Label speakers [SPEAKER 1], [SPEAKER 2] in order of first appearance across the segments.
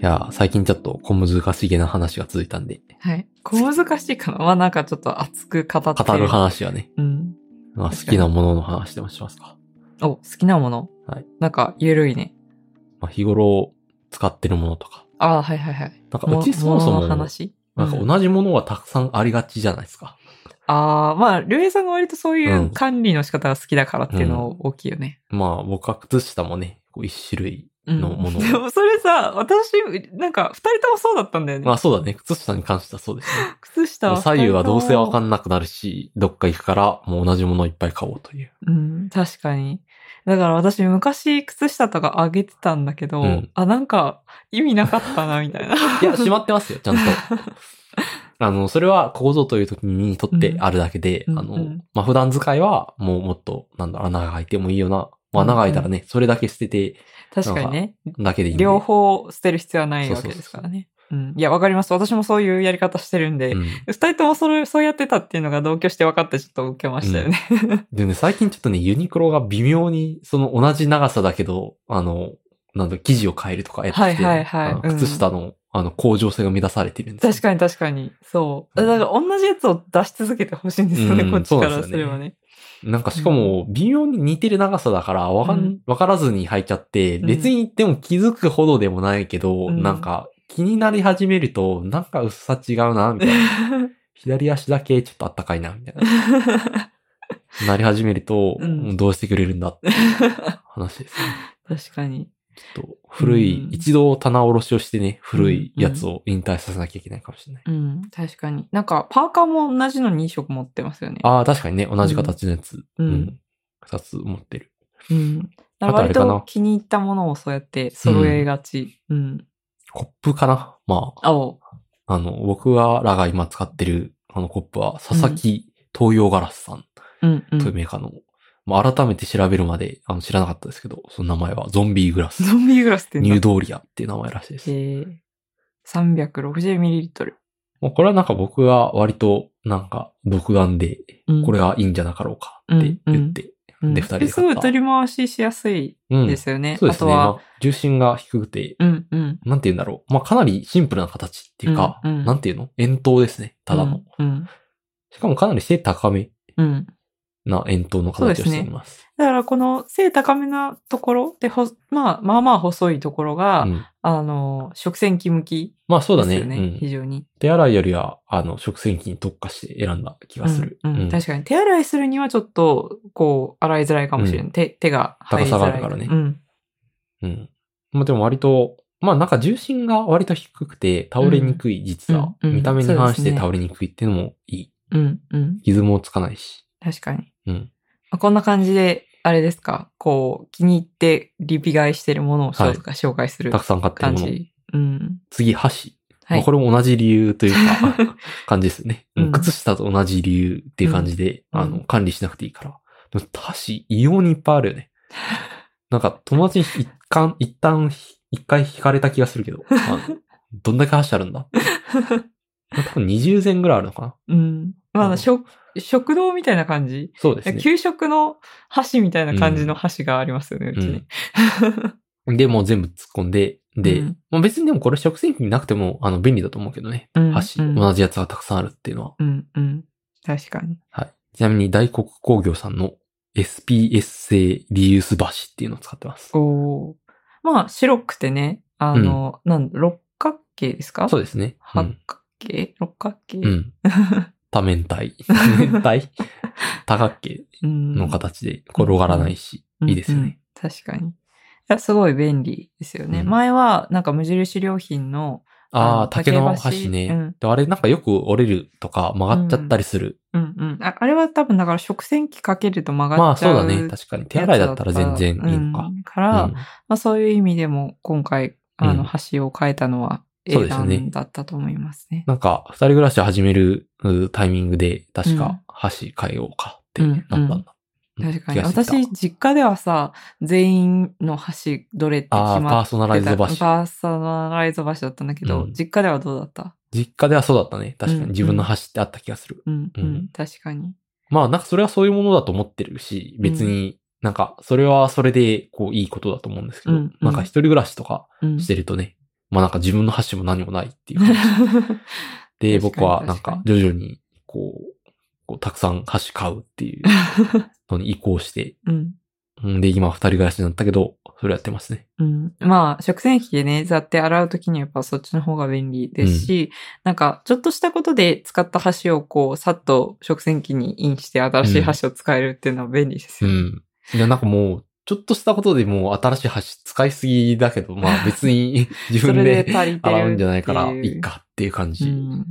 [SPEAKER 1] や、最近ちょっと小難しげな話が続いたんで、
[SPEAKER 2] はい。小難しい かなまあなんかちょっと熱く語って
[SPEAKER 1] 語る話はね、
[SPEAKER 2] うん。
[SPEAKER 1] まあ好
[SPEAKER 2] 確かに
[SPEAKER 1] きなものの話でもしますか。
[SPEAKER 2] お、好きなもの。
[SPEAKER 1] はい。
[SPEAKER 2] なんか、ゆるいね。
[SPEAKER 1] まあ日頃使ってるものとか。
[SPEAKER 2] ああ、はいはいはい。
[SPEAKER 1] なんか
[SPEAKER 2] も
[SPEAKER 1] うちそもそ
[SPEAKER 2] も
[SPEAKER 1] も、
[SPEAKER 2] のの
[SPEAKER 1] なんか
[SPEAKER 2] 話うん
[SPEAKER 1] 同じものはたくさんありがちじゃないですか。
[SPEAKER 2] ああ、まあ、りょうえいさんが割とそういううん管理の仕方が好きだからっていうの大きいよね。
[SPEAKER 1] まあ僕は靴下もね、こう一種類。
[SPEAKER 2] うん。
[SPEAKER 1] のもの
[SPEAKER 2] でもそれさ、私、なんか、二人ともそうだったんだよね。
[SPEAKER 1] まあそうだね、靴下に関してはそうですね。
[SPEAKER 2] 靴下は
[SPEAKER 1] 左右はどうせわか
[SPEAKER 2] ん
[SPEAKER 1] んなくなるし、どっか行くからもう同じものをいっぱい買おうという。
[SPEAKER 2] うん、確かに。だから私、昔、靴下とかあげてたんだけど、
[SPEAKER 1] うん
[SPEAKER 2] あ、なんか、意味なかったな、みた いな。
[SPEAKER 1] いや、しまってますよ、ちゃん と。あの、それはここぞという時にとってあるだけで、
[SPEAKER 2] うん
[SPEAKER 1] あ
[SPEAKER 2] うんう
[SPEAKER 1] の
[SPEAKER 2] ん、
[SPEAKER 1] まあ、普段使いはもうもっと、なんだろう、穴が開いてもいいよな。まあ、
[SPEAKER 2] うんうん
[SPEAKER 1] 穴が開いたらね、それだけ捨てて
[SPEAKER 2] 確かにね。
[SPEAKER 1] だけでいいんで。
[SPEAKER 2] 両方捨てる必要はないわけですからね。うん。いや、わかります。私もそういうやり方してるんで、
[SPEAKER 1] うん。
[SPEAKER 2] 二人ともそれ、そうやってたっていうのが同居して分かってちょっと受けましたよね。
[SPEAKER 1] でね、最近ちょっとね、ユニクロが微妙に、その同じ長さだけど、あの、なんだろう、生地を変えるとかやってきて、
[SPEAKER 2] はいはいはい
[SPEAKER 1] あの
[SPEAKER 2] うん
[SPEAKER 1] 靴下の、あの、向上性が乱されてるんですよ
[SPEAKER 2] 確かに確かに。そう。だから同じやつを出し続けてほしいんですよね、
[SPEAKER 1] うん
[SPEAKER 2] こっちから
[SPEAKER 1] そうなんですす
[SPEAKER 2] れ
[SPEAKER 1] よ
[SPEAKER 2] ば
[SPEAKER 1] ね
[SPEAKER 2] ね。
[SPEAKER 1] なんかしかも、微妙に似てる長さだから、わか
[SPEAKER 2] うんん、
[SPEAKER 1] わからずに履いちゃって、
[SPEAKER 2] うん
[SPEAKER 1] 別に言っても気づくほどでもないけど、
[SPEAKER 2] うん
[SPEAKER 1] なんか、気になり始めると、なんか薄さ違うな、みたい な。左足だけちょっとあったかいな、みたいな。なり始めると、
[SPEAKER 2] うん
[SPEAKER 1] もうどうしてくれるんだって話ですね。
[SPEAKER 2] 確かに。
[SPEAKER 1] ちょっと、古い、
[SPEAKER 2] うん
[SPEAKER 1] 一度棚卸しをしてね、古いやつを引退させなきゃいけないかもしれない。
[SPEAKER 2] うん、確かに。なんか、パーカーも同じの2色持ってますよね。
[SPEAKER 1] ああ、確かにね、同じ形のやつ、う
[SPEAKER 2] う
[SPEAKER 1] んん、二つ持ってる。
[SPEAKER 2] うん。だから
[SPEAKER 1] あとあれ
[SPEAKER 2] 割
[SPEAKER 1] かな
[SPEAKER 2] と気に入ったものをそうやって揃えがち。うん。
[SPEAKER 1] コップかなまあ、
[SPEAKER 2] 青。
[SPEAKER 1] あの、僕らが今使ってるあのコップは、佐々木東洋ガラスさん
[SPEAKER 2] うん、う。
[SPEAKER 1] というんメーカーの、まあ、改めて調べるまであの知らなかったですけど、その名前はゾンビーグラス、
[SPEAKER 2] ゾンビグラスって
[SPEAKER 1] ニュー
[SPEAKER 2] 言うんだ。
[SPEAKER 1] ドーリアっていう名前らしいです。
[SPEAKER 2] えー 360ml。
[SPEAKER 1] もうこれはなんか僕が割となんか独眼で、
[SPEAKER 2] うん
[SPEAKER 1] これがいいんじゃなかろうかって言って、
[SPEAKER 2] うん
[SPEAKER 1] で二人で買った
[SPEAKER 2] すごい取り回ししやすい
[SPEAKER 1] うん。
[SPEAKER 2] ですよね。
[SPEAKER 1] そう
[SPEAKER 2] あ
[SPEAKER 1] です
[SPEAKER 2] と
[SPEAKER 1] ね。ま
[SPEAKER 2] は、
[SPEAKER 1] あ、重心が低くて、
[SPEAKER 2] うん、うん。
[SPEAKER 1] なんて言うんだろう。まあ、かなりシンプルな形っていうか、
[SPEAKER 2] うんうん
[SPEAKER 1] なんて言うの円筒ですね。ただの。
[SPEAKER 2] うん。
[SPEAKER 1] しかもかなり背高め
[SPEAKER 2] うん。うん
[SPEAKER 1] な円筒の形をしています。
[SPEAKER 2] だからこの背高めなところでほ、まあ、まあまあ細いところが、
[SPEAKER 1] うん
[SPEAKER 2] あの、食洗機向き
[SPEAKER 1] まあそう
[SPEAKER 2] で
[SPEAKER 1] だ
[SPEAKER 2] す
[SPEAKER 1] ね。
[SPEAKER 2] よね。
[SPEAKER 1] うん
[SPEAKER 2] 非常に、
[SPEAKER 1] 手洗いよりは、あの、食洗機に特化して選んだ気がする。
[SPEAKER 2] うんうん
[SPEAKER 1] うん
[SPEAKER 2] 確かに。手洗いするにはちょっと、こう、洗いづらいかもしれない。
[SPEAKER 1] う
[SPEAKER 2] 手手が入りづらい。
[SPEAKER 1] 高さがあるからね
[SPEAKER 2] うん。
[SPEAKER 1] うんまあでも割と、まあなんか重心が割と低くて倒れにくい、実は。
[SPEAKER 2] うんうん
[SPEAKER 1] 見た目に反し
[SPEAKER 2] そうで
[SPEAKER 1] て
[SPEAKER 2] すね
[SPEAKER 1] 倒れにくいっていうのもいい。
[SPEAKER 2] うん。うん。
[SPEAKER 1] 傷もつかないし。
[SPEAKER 2] 確かに。
[SPEAKER 1] うん。
[SPEAKER 2] まあこんな感じで、あれですか。こう、気に入ってリピ買いしてるものを紹介,、紹介する
[SPEAKER 1] たくさん買ってる
[SPEAKER 2] 感
[SPEAKER 1] もの。
[SPEAKER 2] じ。うん。
[SPEAKER 1] 次、箸。
[SPEAKER 2] は
[SPEAKER 1] まあ
[SPEAKER 2] い
[SPEAKER 1] こ。れも同じ理由というか、感じですね。
[SPEAKER 2] うん
[SPEAKER 1] 靴下と同じ理由っていう感じで、
[SPEAKER 2] うん
[SPEAKER 1] あの、管理しなくていいから。でも箸、異様にいっぱいある よね。なんか友達に一貫、一旦、一回引かれた気がするけど、あのどんだけ箸あるんだ 多分20膳ぐらいあるのかな
[SPEAKER 2] うん。ま
[SPEAKER 1] うん
[SPEAKER 2] あ、食、食堂みたいな感じ
[SPEAKER 1] そうですね。
[SPEAKER 2] 給食の箸みたいな感じの箸がありますよね、うちね。
[SPEAKER 1] で、もう全部突っ込んで、で、
[SPEAKER 2] うん
[SPEAKER 1] まあ別にでもこれ食洗機になくても、あの、便利だと思うけどね。
[SPEAKER 2] うん
[SPEAKER 1] 箸、
[SPEAKER 2] うん
[SPEAKER 1] 同じやつがたくさんあるっていうのは。
[SPEAKER 2] うん、うん。確かに。
[SPEAKER 1] はい。ちなみに大黒工業さんの SPS 製リユース箸っていうのを使ってます。
[SPEAKER 2] おーまあ、白くてね、あの、なん六角形ですか
[SPEAKER 1] そうですね。う
[SPEAKER 2] 八
[SPEAKER 1] ん。
[SPEAKER 2] 角形六角形
[SPEAKER 1] うん。 多面体。多面 体多角形
[SPEAKER 2] うん
[SPEAKER 1] の形で、こう、転がらないし、いいですよ
[SPEAKER 2] うんう
[SPEAKER 1] ね
[SPEAKER 2] ん。確かに。いや、すごい便利ですよね。
[SPEAKER 1] うん
[SPEAKER 2] 前は、なんか無印良品の、
[SPEAKER 1] あ
[SPEAKER 2] う
[SPEAKER 1] あ、
[SPEAKER 2] ん
[SPEAKER 1] 竹の
[SPEAKER 2] 竹
[SPEAKER 1] 箸
[SPEAKER 2] 箸
[SPEAKER 1] ね、
[SPEAKER 2] うん
[SPEAKER 1] であれなんかよく折れるとか曲がっちゃったりする。
[SPEAKER 2] うんうん。ああれは多分だから食洗機かけると曲
[SPEAKER 1] ま
[SPEAKER 2] が
[SPEAKER 1] あ
[SPEAKER 2] っち
[SPEAKER 1] そ
[SPEAKER 2] ゃ
[SPEAKER 1] う
[SPEAKER 2] う。
[SPEAKER 1] だね。確かに。手洗いだったら全然いいのか
[SPEAKER 2] う。んから、
[SPEAKER 1] うん
[SPEAKER 2] まあそういう意味でも今回、あ
[SPEAKER 1] うん
[SPEAKER 2] の、橋を変えたのは、
[SPEAKER 1] そう
[SPEAKER 2] 英
[SPEAKER 1] ですね
[SPEAKER 2] 断だったと思いますね。
[SPEAKER 1] なんか、二人暮らし始めるうタイミングで、確
[SPEAKER 2] う
[SPEAKER 1] か
[SPEAKER 2] ん、
[SPEAKER 1] 箸変えようかってなったんだ。うん
[SPEAKER 2] 確か
[SPEAKER 1] 気
[SPEAKER 2] に。
[SPEAKER 1] がしてきた
[SPEAKER 2] 私、実家ではさ、全員の橋どれって決
[SPEAKER 1] ああ、
[SPEAKER 2] ま
[SPEAKER 1] パー
[SPEAKER 2] って
[SPEAKER 1] ソナライズ
[SPEAKER 2] た。
[SPEAKER 1] 箸。
[SPEAKER 2] パーソナライズ橋だったんだけど、
[SPEAKER 1] うん
[SPEAKER 2] 実家ではどうだった
[SPEAKER 1] 実家ではそうだったね。確か
[SPEAKER 2] う
[SPEAKER 1] に
[SPEAKER 2] ん
[SPEAKER 1] 自分の箸ってあった気がする。
[SPEAKER 2] うん、う
[SPEAKER 1] うん
[SPEAKER 2] ん、確かに。
[SPEAKER 1] まあ、なんかそれはそういうものだと思ってるし、別になんかそれはそれでこういいことだと思うんですけど、
[SPEAKER 2] うんうん
[SPEAKER 1] なんか一人暮らしとか
[SPEAKER 2] うん
[SPEAKER 1] してるとね、まあなんか自分の箸も何もないっていう感じ。で、
[SPEAKER 2] 確かに
[SPEAKER 1] 僕はなん
[SPEAKER 2] 確か
[SPEAKER 1] か
[SPEAKER 2] に
[SPEAKER 1] 徐々にこう、こうたくさん箸買うって いうのに移行して、
[SPEAKER 2] うん。
[SPEAKER 1] うんで、今二人暮らしになったけど、それやってますね。
[SPEAKER 2] うん、まあ、食洗機でね、座って洗うときにはやっぱそっちの方が便利ですし、なんか、ちょっとしたことで使った箸をこう、さっと食洗機にインして新しい箸を使えるっていうのは便利です
[SPEAKER 1] う
[SPEAKER 2] よね。
[SPEAKER 1] ん。いや、なんかもう、ちょっとしたことでもう新しい箸使いすぎだけど、まあ別に 自
[SPEAKER 2] そ
[SPEAKER 1] 分
[SPEAKER 2] れ
[SPEAKER 1] で
[SPEAKER 2] で足りてるっていう。
[SPEAKER 1] 洗うんじゃないから、いいかっていう感じ。
[SPEAKER 2] うん。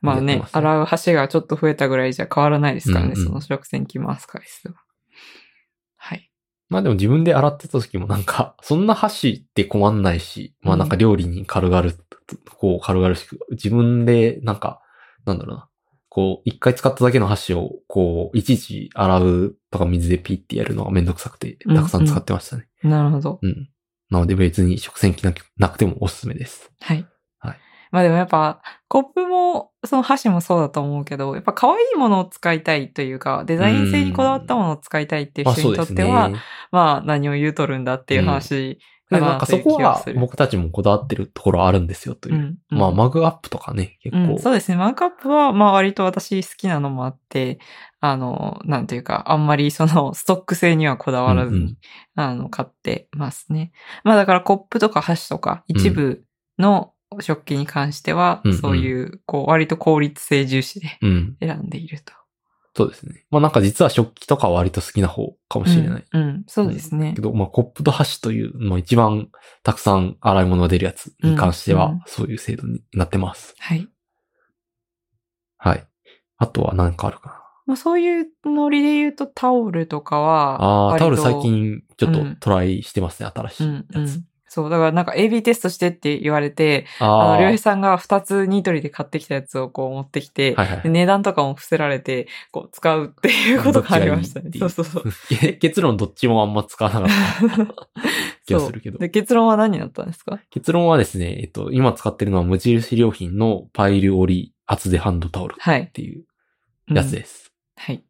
[SPEAKER 2] まあ
[SPEAKER 1] やって
[SPEAKER 2] ね
[SPEAKER 1] ま、すね
[SPEAKER 2] 洗う箸がちょっと増えたぐらいじゃ変わらないですからね、
[SPEAKER 1] うんうん
[SPEAKER 2] その食洗機回す回数は。はい。
[SPEAKER 1] まあでも自分で洗ってた時もなんか、 そんな箸って困んないし、まあなんか料理に軽々、こう軽々しく、自分でなんか、なんだろうな。こう、一回使っただけの箸を、こう、いちいち洗うとか水でピッてやるのがめんどくさくて、たくさん使ってましたね。
[SPEAKER 2] なるほど。
[SPEAKER 1] うん、なので別に食洗機なくなくてもおすすめです。
[SPEAKER 2] はい。
[SPEAKER 1] はい
[SPEAKER 2] まあでもやっぱ、コップも、その箸もそうだと思うけど、やっぱ可愛いものを使いたいというか、デザイン性にこだわったものを使いたいっていう
[SPEAKER 1] まあ
[SPEAKER 2] 人
[SPEAKER 1] そ
[SPEAKER 2] に
[SPEAKER 1] うで
[SPEAKER 2] とっ
[SPEAKER 1] す
[SPEAKER 2] て
[SPEAKER 1] ね。
[SPEAKER 2] は、まあ何を言うとるんだっていう話
[SPEAKER 1] でな
[SPEAKER 2] か
[SPEAKER 1] ん
[SPEAKER 2] な
[SPEAKER 1] か
[SPEAKER 2] と
[SPEAKER 1] そ
[SPEAKER 2] いう
[SPEAKER 1] こ
[SPEAKER 2] 気が
[SPEAKER 1] は
[SPEAKER 2] する。
[SPEAKER 1] 僕たちもこだわってるところあるんですよという。
[SPEAKER 2] うんうん
[SPEAKER 1] まあマグアップとかね、結
[SPEAKER 2] う
[SPEAKER 1] 構
[SPEAKER 2] ん、。そうですね。マークアップは、まあ割と私好きなのもあって、あの、なんていうか、あんまりそのストック性にはこだわらずに、
[SPEAKER 1] うんうん
[SPEAKER 2] あの、買ってますね。まあだからコップとか箸とか、一部の食器に関しては、
[SPEAKER 1] うんうん
[SPEAKER 2] そういう、こう、割と効率性重視で
[SPEAKER 1] うん。
[SPEAKER 2] 選んでいると。
[SPEAKER 1] そうですね。まあなんか実は食器とかは割と好きな方かもしれない。
[SPEAKER 2] うん、うんそうですね
[SPEAKER 1] け。ど、まあコップと箸という、まあ一番たくさん洗い物が出るやつに関して
[SPEAKER 2] うんうん
[SPEAKER 1] は、そういう制度になってます。
[SPEAKER 2] はい。
[SPEAKER 1] はい。あとは何かあるかな。
[SPEAKER 2] まあそういうノリで言うとタオルとかは、
[SPEAKER 1] ああ、
[SPEAKER 2] 割
[SPEAKER 1] タ
[SPEAKER 2] と
[SPEAKER 1] オル最近ちょっ
[SPEAKER 2] う
[SPEAKER 1] と
[SPEAKER 2] ん
[SPEAKER 1] トライしてますね、新し
[SPEAKER 2] う
[SPEAKER 1] い
[SPEAKER 2] ん、う
[SPEAKER 1] やつ。
[SPEAKER 2] ん。そう、だからなんか AB テストしてって言われて、
[SPEAKER 1] ああ、
[SPEAKER 2] あの、りょうへいさんが2つニトリで買ってきたやつをこう持ってきて、
[SPEAKER 1] はいはい
[SPEAKER 2] で値段とかも伏せられて、こう使うっていうことがありましたね
[SPEAKER 1] どっ。ち
[SPEAKER 2] そ
[SPEAKER 1] がいういって
[SPEAKER 2] そうそう。
[SPEAKER 1] け結論どっちもあんま使わなかった気がするけど
[SPEAKER 2] で、。結論は何になったんですか
[SPEAKER 1] 結論はですね、えっと、今使ってるのは無印良品のパイル折り厚手ハンドタオルっ
[SPEAKER 2] はい。
[SPEAKER 1] ていう
[SPEAKER 2] うん
[SPEAKER 1] やつです。
[SPEAKER 2] はい。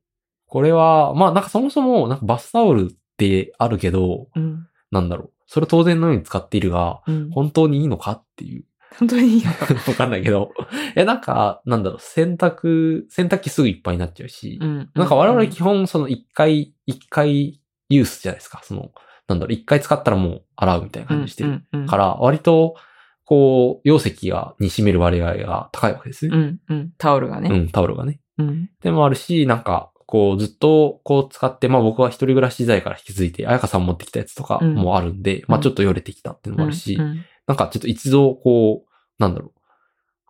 [SPEAKER 1] これは、まあなんかそもそも、なんかバスタオルってあるけど、
[SPEAKER 2] うん。
[SPEAKER 1] なんだろう。それ当然のように使っているが、
[SPEAKER 2] うん、
[SPEAKER 1] 本当にいいのかっていう。
[SPEAKER 2] 本当にいいのか。
[SPEAKER 1] わかんないけど。 え、なんか、なんだろう。洗濯、洗濯機すぐいっぱいになっちゃうし、
[SPEAKER 2] うん。
[SPEAKER 1] なんか我々
[SPEAKER 2] き
[SPEAKER 1] 基本その一回、一回ユースじゃないですか。その、なんだろう、一回使ったらもう洗うみたいな感じしてる
[SPEAKER 2] る
[SPEAKER 1] から、割と、こう、容積が、に占める割合が高いわけです
[SPEAKER 2] う
[SPEAKER 1] ね。
[SPEAKER 2] ん、うん。タオルが
[SPEAKER 1] う
[SPEAKER 2] ね。
[SPEAKER 1] ん、タオルがね。
[SPEAKER 2] うん。
[SPEAKER 1] でもあるし、なんか、こう、ずっと、こう、使って、まあ僕は一人暮らし時代から引き継いで、彩香さん持ってきたやつとか
[SPEAKER 2] うん
[SPEAKER 1] もあるんで、まあ
[SPEAKER 2] うん
[SPEAKER 1] ちょっとよれてきたっていうのもあるし、
[SPEAKER 2] うん。
[SPEAKER 1] なんかちょっと一度、こう、なんだろう、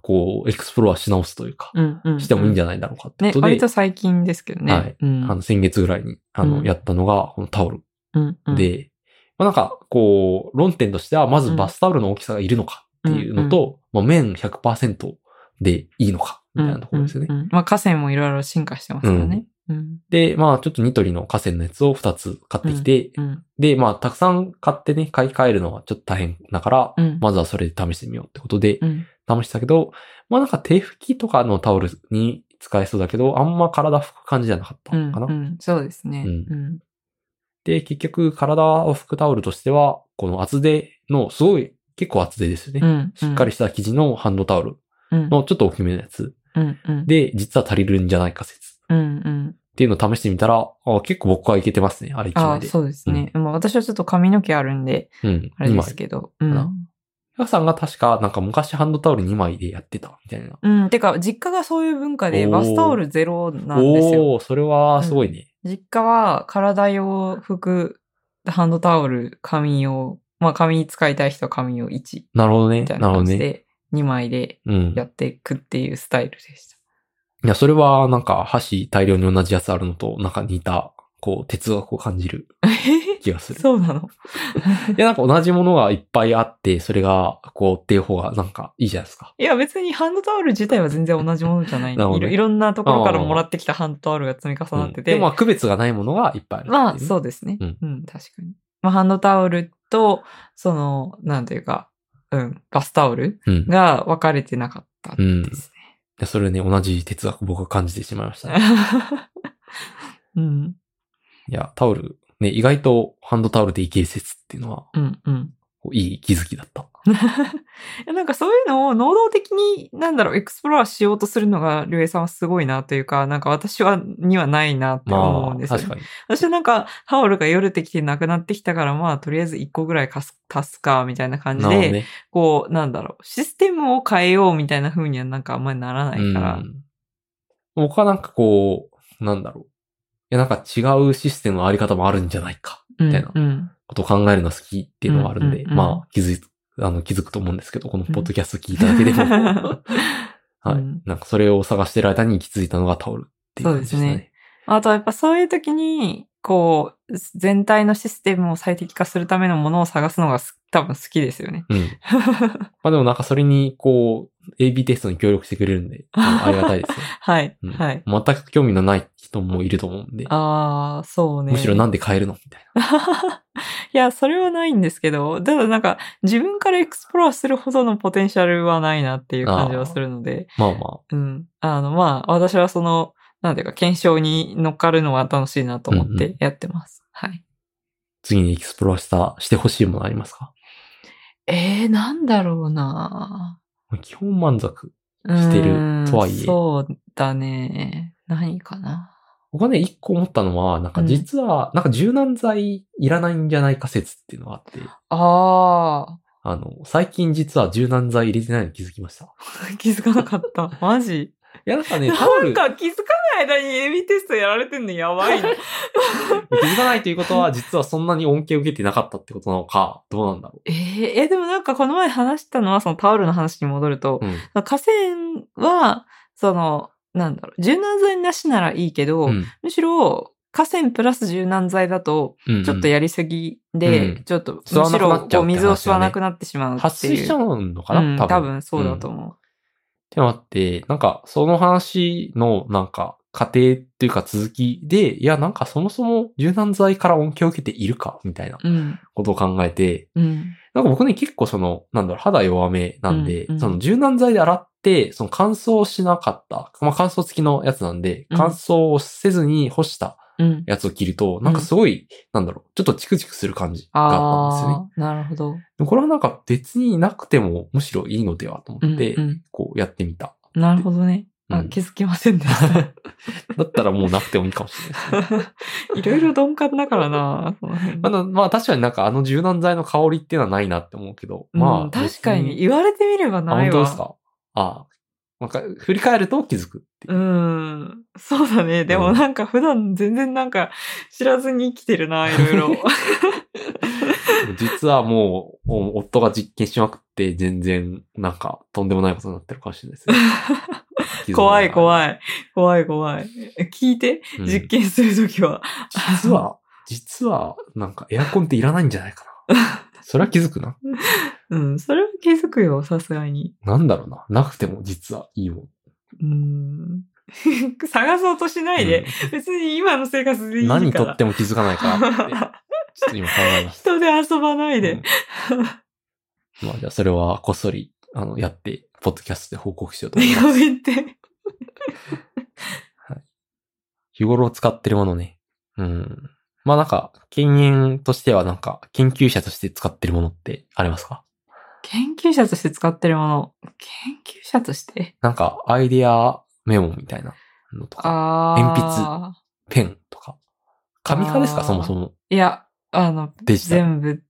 [SPEAKER 1] こう、エクスプロアし直すというか、
[SPEAKER 2] うん。うん
[SPEAKER 1] してもいいんじ
[SPEAKER 2] ゃ
[SPEAKER 1] ゃないだろうかって
[SPEAKER 2] ね
[SPEAKER 1] こ、とで、
[SPEAKER 2] 割と最近ですけどね。
[SPEAKER 1] はい
[SPEAKER 2] うん。
[SPEAKER 1] あの、先月ぐらいに、あ
[SPEAKER 2] うん
[SPEAKER 1] の、やったのが、このタオル
[SPEAKER 2] うん、うん、
[SPEAKER 1] で、まあなんか、こう、論点としては、まずバスタオルの大きさがいるのかっていうのと、まあ面100%でいいのか、みたいなところですよね。
[SPEAKER 2] うんうんうんまあ河川もいろいろ進化してますからね。うん。
[SPEAKER 1] で、まあ、ちょっとニトリの河川のやつを2つ買ってきて、
[SPEAKER 2] うん。
[SPEAKER 1] で、まあ、たくさん買ってね、買い替えるのはちょっと大変だから、
[SPEAKER 2] うん。
[SPEAKER 1] まずはそれで試してみようってことで、
[SPEAKER 2] うん。
[SPEAKER 1] 試したけど、まあなんか手拭きとかのタオルに使えそうだけど、あんま体拭く感じじゃなかったのかな。
[SPEAKER 2] うんうん、そうですね。
[SPEAKER 1] う
[SPEAKER 2] うん
[SPEAKER 1] で、結局体を拭くタオルとしては、この厚手の、すごい、結構厚手ですよね。
[SPEAKER 2] うん
[SPEAKER 1] しっかりした生地のハンドタオルのちょっと大きめのやつ
[SPEAKER 2] うんうん、
[SPEAKER 1] で、実は足りるんじゃないか説っ
[SPEAKER 2] うんうん、
[SPEAKER 1] ていうのを試してみたら、あ結構僕はいけてますね、あれ一
[SPEAKER 2] あ
[SPEAKER 1] 枚
[SPEAKER 2] あ、
[SPEAKER 1] で。
[SPEAKER 2] そうですね。まあ私はちょっと髪の毛あるんで、
[SPEAKER 1] うん、
[SPEAKER 2] あれ
[SPEAKER 1] 二
[SPEAKER 2] で
[SPEAKER 1] 枚
[SPEAKER 2] すけど。う
[SPEAKER 1] なヤさんが確か、なんか昔ハンドタオル2枚でやってた、みたいな。
[SPEAKER 2] ん。うん。てか、実家がそういう文化で、
[SPEAKER 1] おー
[SPEAKER 2] バスタオルゼロなんですよ。
[SPEAKER 1] おー、それはすごいね。
[SPEAKER 2] 実家は、体用服、ハンドタオル、髪用、まあ髪使いたい人は髪用1、
[SPEAKER 1] なるほどね。
[SPEAKER 2] みた
[SPEAKER 1] ないる
[SPEAKER 2] な
[SPEAKER 1] ほど
[SPEAKER 2] 感じ
[SPEAKER 1] ね。
[SPEAKER 2] で、2枚で
[SPEAKER 1] うん。
[SPEAKER 2] やっていくっていうスタイルで した。
[SPEAKER 1] いや、それはなんか箸大量に同じやつあるのと、なんか似た、こう、哲学を感じる気がする。
[SPEAKER 2] そうなの
[SPEAKER 1] いや、なんか同じものがいっぱいあって、それが、こう、っていう方がなんかいいじゃないですか。
[SPEAKER 2] いや別にハンドタオル自体は全然同じものじゃない。い
[SPEAKER 1] なるほど
[SPEAKER 2] ろ
[SPEAKER 1] ね
[SPEAKER 2] いろんなところから
[SPEAKER 1] あー
[SPEAKER 2] もらってきたハンドタオルが積み重なって
[SPEAKER 1] うん
[SPEAKER 2] て。
[SPEAKER 1] でまあ、区別がないものがいっぱいある。
[SPEAKER 2] まあ、そううですね。う
[SPEAKER 1] うんん、
[SPEAKER 2] 確かに。まあ、ハンドタオルと、その、なんていうか、うん、バスタオル
[SPEAKER 1] うん。い
[SPEAKER 2] が分かれてなかったです
[SPEAKER 1] やそれね、同じ哲学僕は感じてしまいました ね。
[SPEAKER 2] ね。 うん、
[SPEAKER 1] いや、タオル、ね、意外とハンドタオルでいける説っていうのは、
[SPEAKER 2] うん、うん。
[SPEAKER 1] こういい気づきだった。
[SPEAKER 2] いやなんかそういうのを能動的に、なんだろう、エクスプローラーしようとするのが、りゅうえいさんはすごいなというか、なんか私は、にはないなって思う
[SPEAKER 1] ま
[SPEAKER 2] んで
[SPEAKER 1] あ、
[SPEAKER 2] すよね
[SPEAKER 1] 確かに。
[SPEAKER 2] 私はなんか、タオルが夜できてなくなってきたから、まあ、とりあえず1個ぐらい貸す足すか、みたいな感じ
[SPEAKER 1] なるほど
[SPEAKER 2] で、
[SPEAKER 1] ね。
[SPEAKER 2] こう、なんだろう、システムを変えようみたいな風にはなんかあんまりならな
[SPEAKER 1] う
[SPEAKER 2] いから。
[SPEAKER 1] ん。僕はなんかこう、なんだろう。いや、なんか違うシステムのあり方もあるんじゃないか、
[SPEAKER 2] うん。
[SPEAKER 1] みたいな
[SPEAKER 2] うん。
[SPEAKER 1] ことを考えるのが好きっていうのがあるんで、
[SPEAKER 2] うんうんうん
[SPEAKER 1] まあ、気づい、あの、気づくと思うんですけど、このポッドキャスト聞いただけでも。
[SPEAKER 2] うん
[SPEAKER 1] はい、
[SPEAKER 2] うん
[SPEAKER 1] なんかそれを探してる間に気づいたのがタオルっていう感じです
[SPEAKER 2] そうです
[SPEAKER 1] ね。
[SPEAKER 2] あとやっぱそういう時に、こう、全体のシステムを最適化するためのものを探すのがす多分好きですよね。
[SPEAKER 1] うん。まあでもなんかそれに、こう、AB テストに協力してくれるんで、 あのありがたいですね。
[SPEAKER 2] はい、
[SPEAKER 1] うん
[SPEAKER 2] はい。
[SPEAKER 1] 全く興味のない人もいると思うんで、
[SPEAKER 2] ああ、そうね。
[SPEAKER 1] むしろ なんで変えるのみたいな。
[SPEAKER 2] いや、それはないんですけど、ただなんか、自分からエクスプローラーするほどのポテンシャルはないなっていう感じはするので、
[SPEAKER 1] まあま
[SPEAKER 2] うん。あの、まあ、私はその、なんていうか、検証に乗っかるのは楽しいなと思っ
[SPEAKER 1] うん
[SPEAKER 2] てやってます。はい。
[SPEAKER 1] 次にエクスプローした、してほしいものありますか
[SPEAKER 2] えー、なんだろうな
[SPEAKER 1] 基本満足。
[SPEAKER 2] ぁ
[SPEAKER 1] してる
[SPEAKER 2] うーん
[SPEAKER 1] とはいえ
[SPEAKER 2] そうだね。何かな
[SPEAKER 1] 僕はね、一個思ったのは、なんか
[SPEAKER 2] うん
[SPEAKER 1] 実は、なんか柔軟剤いらないんじゃないか説っていうのがあって、
[SPEAKER 2] あ
[SPEAKER 1] あの、最近実は柔軟剤入れてないのに気づきました。
[SPEAKER 2] ー、気づかなかった。マジ
[SPEAKER 1] いや、なんかね、タオ
[SPEAKER 2] なん
[SPEAKER 1] ル、
[SPEAKER 2] か気づかない間にエビテストやられてんのやばいな。
[SPEAKER 1] 気づかないということは、実はそんなに恩恵を受けてなかったってことなのか、どうなんだろ
[SPEAKER 2] えー、えーでもなんかこの前話したのは、そのタオルの話に戻ると、
[SPEAKER 1] う。うん。
[SPEAKER 2] 河川は、その、なんだろう、柔軟剤なしならいいけど、
[SPEAKER 1] うん
[SPEAKER 2] むしろ、河川プラス柔軟剤だと、
[SPEAKER 1] うん。
[SPEAKER 2] ちょっとやりすぎで、
[SPEAKER 1] うん
[SPEAKER 2] ちょっと、
[SPEAKER 1] 吸
[SPEAKER 2] む
[SPEAKER 1] わ
[SPEAKER 2] し
[SPEAKER 1] なくな
[SPEAKER 2] ろ
[SPEAKER 1] っちゃ
[SPEAKER 2] こ
[SPEAKER 1] う
[SPEAKER 2] う
[SPEAKER 1] って話だよね
[SPEAKER 2] 水を吸わなくなってしまうっ
[SPEAKER 1] 発
[SPEAKER 2] ていう。
[SPEAKER 1] 水しちゃうのか
[SPEAKER 2] う
[SPEAKER 1] な、
[SPEAKER 2] ん、
[SPEAKER 1] 多分。
[SPEAKER 2] 多分そうだと
[SPEAKER 1] んっ
[SPEAKER 2] 思う。
[SPEAKER 1] てのあって、なんか、その話の、なんか、過程っていうか続きで、いや、なんかそもそも柔軟剤から恩恵を受けているか、みたいな
[SPEAKER 2] うん、
[SPEAKER 1] ことを考えて、
[SPEAKER 2] うん、
[SPEAKER 1] なんか僕ね、結構その、なんだろう、肌弱めなんで、
[SPEAKER 2] うんうん
[SPEAKER 1] その柔軟剤で洗って、その乾燥しなかった、まあ乾燥付きのやつなんで、
[SPEAKER 2] うん
[SPEAKER 1] 乾燥をせずに干した
[SPEAKER 2] うん。
[SPEAKER 1] やつを着ると、なんかすごい、なんだろう、ちょっとチクチクする感じがあったんですよね
[SPEAKER 2] ああ、なるほど。。
[SPEAKER 1] でもこれはなんか別になくてもむしろいいのではと思って、
[SPEAKER 2] うんうん
[SPEAKER 1] こうやってみた。
[SPEAKER 2] なるほどね。あ、
[SPEAKER 1] うん
[SPEAKER 2] 気づきません でした。
[SPEAKER 1] だったらもうなくてもいいかもし れないですね。
[SPEAKER 2] いろいろ鈍感だからな、その辺
[SPEAKER 1] まあ、まあ確かになんかあの柔軟剤の香りっていうのはないなって思うけど、まあ、
[SPEAKER 2] うん、確か
[SPEAKER 1] 別
[SPEAKER 2] に言われてみれば
[SPEAKER 1] あ、
[SPEAKER 2] ない
[SPEAKER 1] 本
[SPEAKER 2] わ。
[SPEAKER 1] 当ですかああ。なんか振り返ると気づくっていう。
[SPEAKER 2] うん。そうだね。でもなんか普段全然なんか知らずに生きて るな、いろいろ。。
[SPEAKER 1] 実はもう、お夫が実験しまくって、全然、なんか、とんでもないことになってるかもしれないですね
[SPEAKER 2] 怖い
[SPEAKER 1] い。
[SPEAKER 2] 怖い。怖い怖い。聞いて、
[SPEAKER 1] うん
[SPEAKER 2] 実験するときは。
[SPEAKER 1] 実は、実は、なんか、エアコンっていらないんじゃないかな。それは気づくな。
[SPEAKER 2] うん。それは気づくよ、さすがに。
[SPEAKER 1] なんだろうな。なくても実はいいもん。
[SPEAKER 2] うん。 探そうとしないで。別に今の生活で
[SPEAKER 1] う
[SPEAKER 2] いい
[SPEAKER 1] ん
[SPEAKER 2] から。
[SPEAKER 1] 何とっても気づかない からって、ちょっと今考えまし
[SPEAKER 2] 人で遊ばない
[SPEAKER 1] た。
[SPEAKER 2] で。
[SPEAKER 1] うんまあ、じゃあ、それは、こっそり、あの、やって、ポッドキャストで報告しようと思います。
[SPEAKER 2] やめて。
[SPEAKER 1] 日頃使ってるものね。うん。まあなんか、犬猿としてはなんか、研究者として使ってるものってありますか
[SPEAKER 2] 研究者として使ってるもの。研究者として
[SPEAKER 1] なんか、アイデアメモみたいなのとか、
[SPEAKER 2] ああ。
[SPEAKER 1] 鉛筆。ペンとか。紙派です
[SPEAKER 2] あ
[SPEAKER 1] か
[SPEAKER 2] ー
[SPEAKER 1] そもそも。
[SPEAKER 2] いや、あの、
[SPEAKER 1] デジタル
[SPEAKER 2] 全部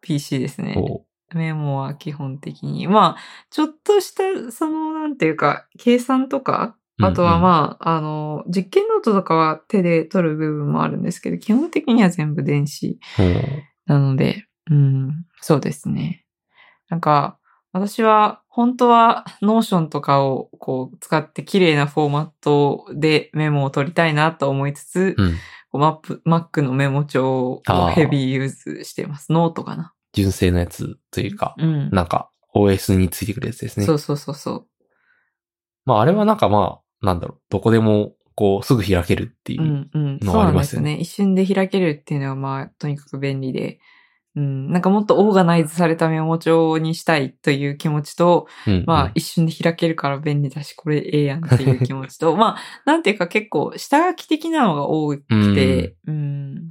[SPEAKER 2] PC ですね。
[SPEAKER 1] こ
[SPEAKER 2] メモは基本的に。まあ、ちょっとした、その、なんていうか、計算とか、
[SPEAKER 1] う
[SPEAKER 2] あとは
[SPEAKER 1] あ、
[SPEAKER 2] まあ、あの、実験ノートとかは手で取る部分もあるんですけど、基本的には全部電子
[SPEAKER 1] うん
[SPEAKER 2] なので、うん、そうですね。なんか、私は、本当は、ノーションとかを、こう、使って綺麗なフォーマットでメモを取りたいなと思いつつ、
[SPEAKER 1] うん。
[SPEAKER 2] こうマップ、Mac のメモ帳を
[SPEAKER 1] あー
[SPEAKER 2] ヘビーユーズしてます。ノートかな。
[SPEAKER 1] 純正のやつというか、
[SPEAKER 2] うん。
[SPEAKER 1] なんか、OS についてくるやつですね
[SPEAKER 2] そ。うそうそうそう。
[SPEAKER 1] まあ、あれはなんかまあ、なんだろう、どこでも、こう、すぐ開けるっていうう。
[SPEAKER 2] んうん。
[SPEAKER 1] の
[SPEAKER 2] そう
[SPEAKER 1] あ
[SPEAKER 2] な
[SPEAKER 1] り
[SPEAKER 2] んで
[SPEAKER 1] ます
[SPEAKER 2] す
[SPEAKER 1] よ
[SPEAKER 2] よ
[SPEAKER 1] ね
[SPEAKER 2] ね。一瞬で開けるっていうのは、まあ、とにかく便利で。うん。なんかもっとオーガナイズされたメモ帳にしたいという気持ちと、
[SPEAKER 1] うんうん
[SPEAKER 2] まあ、一瞬で開けるから便利だし、これええやんっていう気 持ちと、まあ、なんていうか結構、下書き的なのが多くて、うん。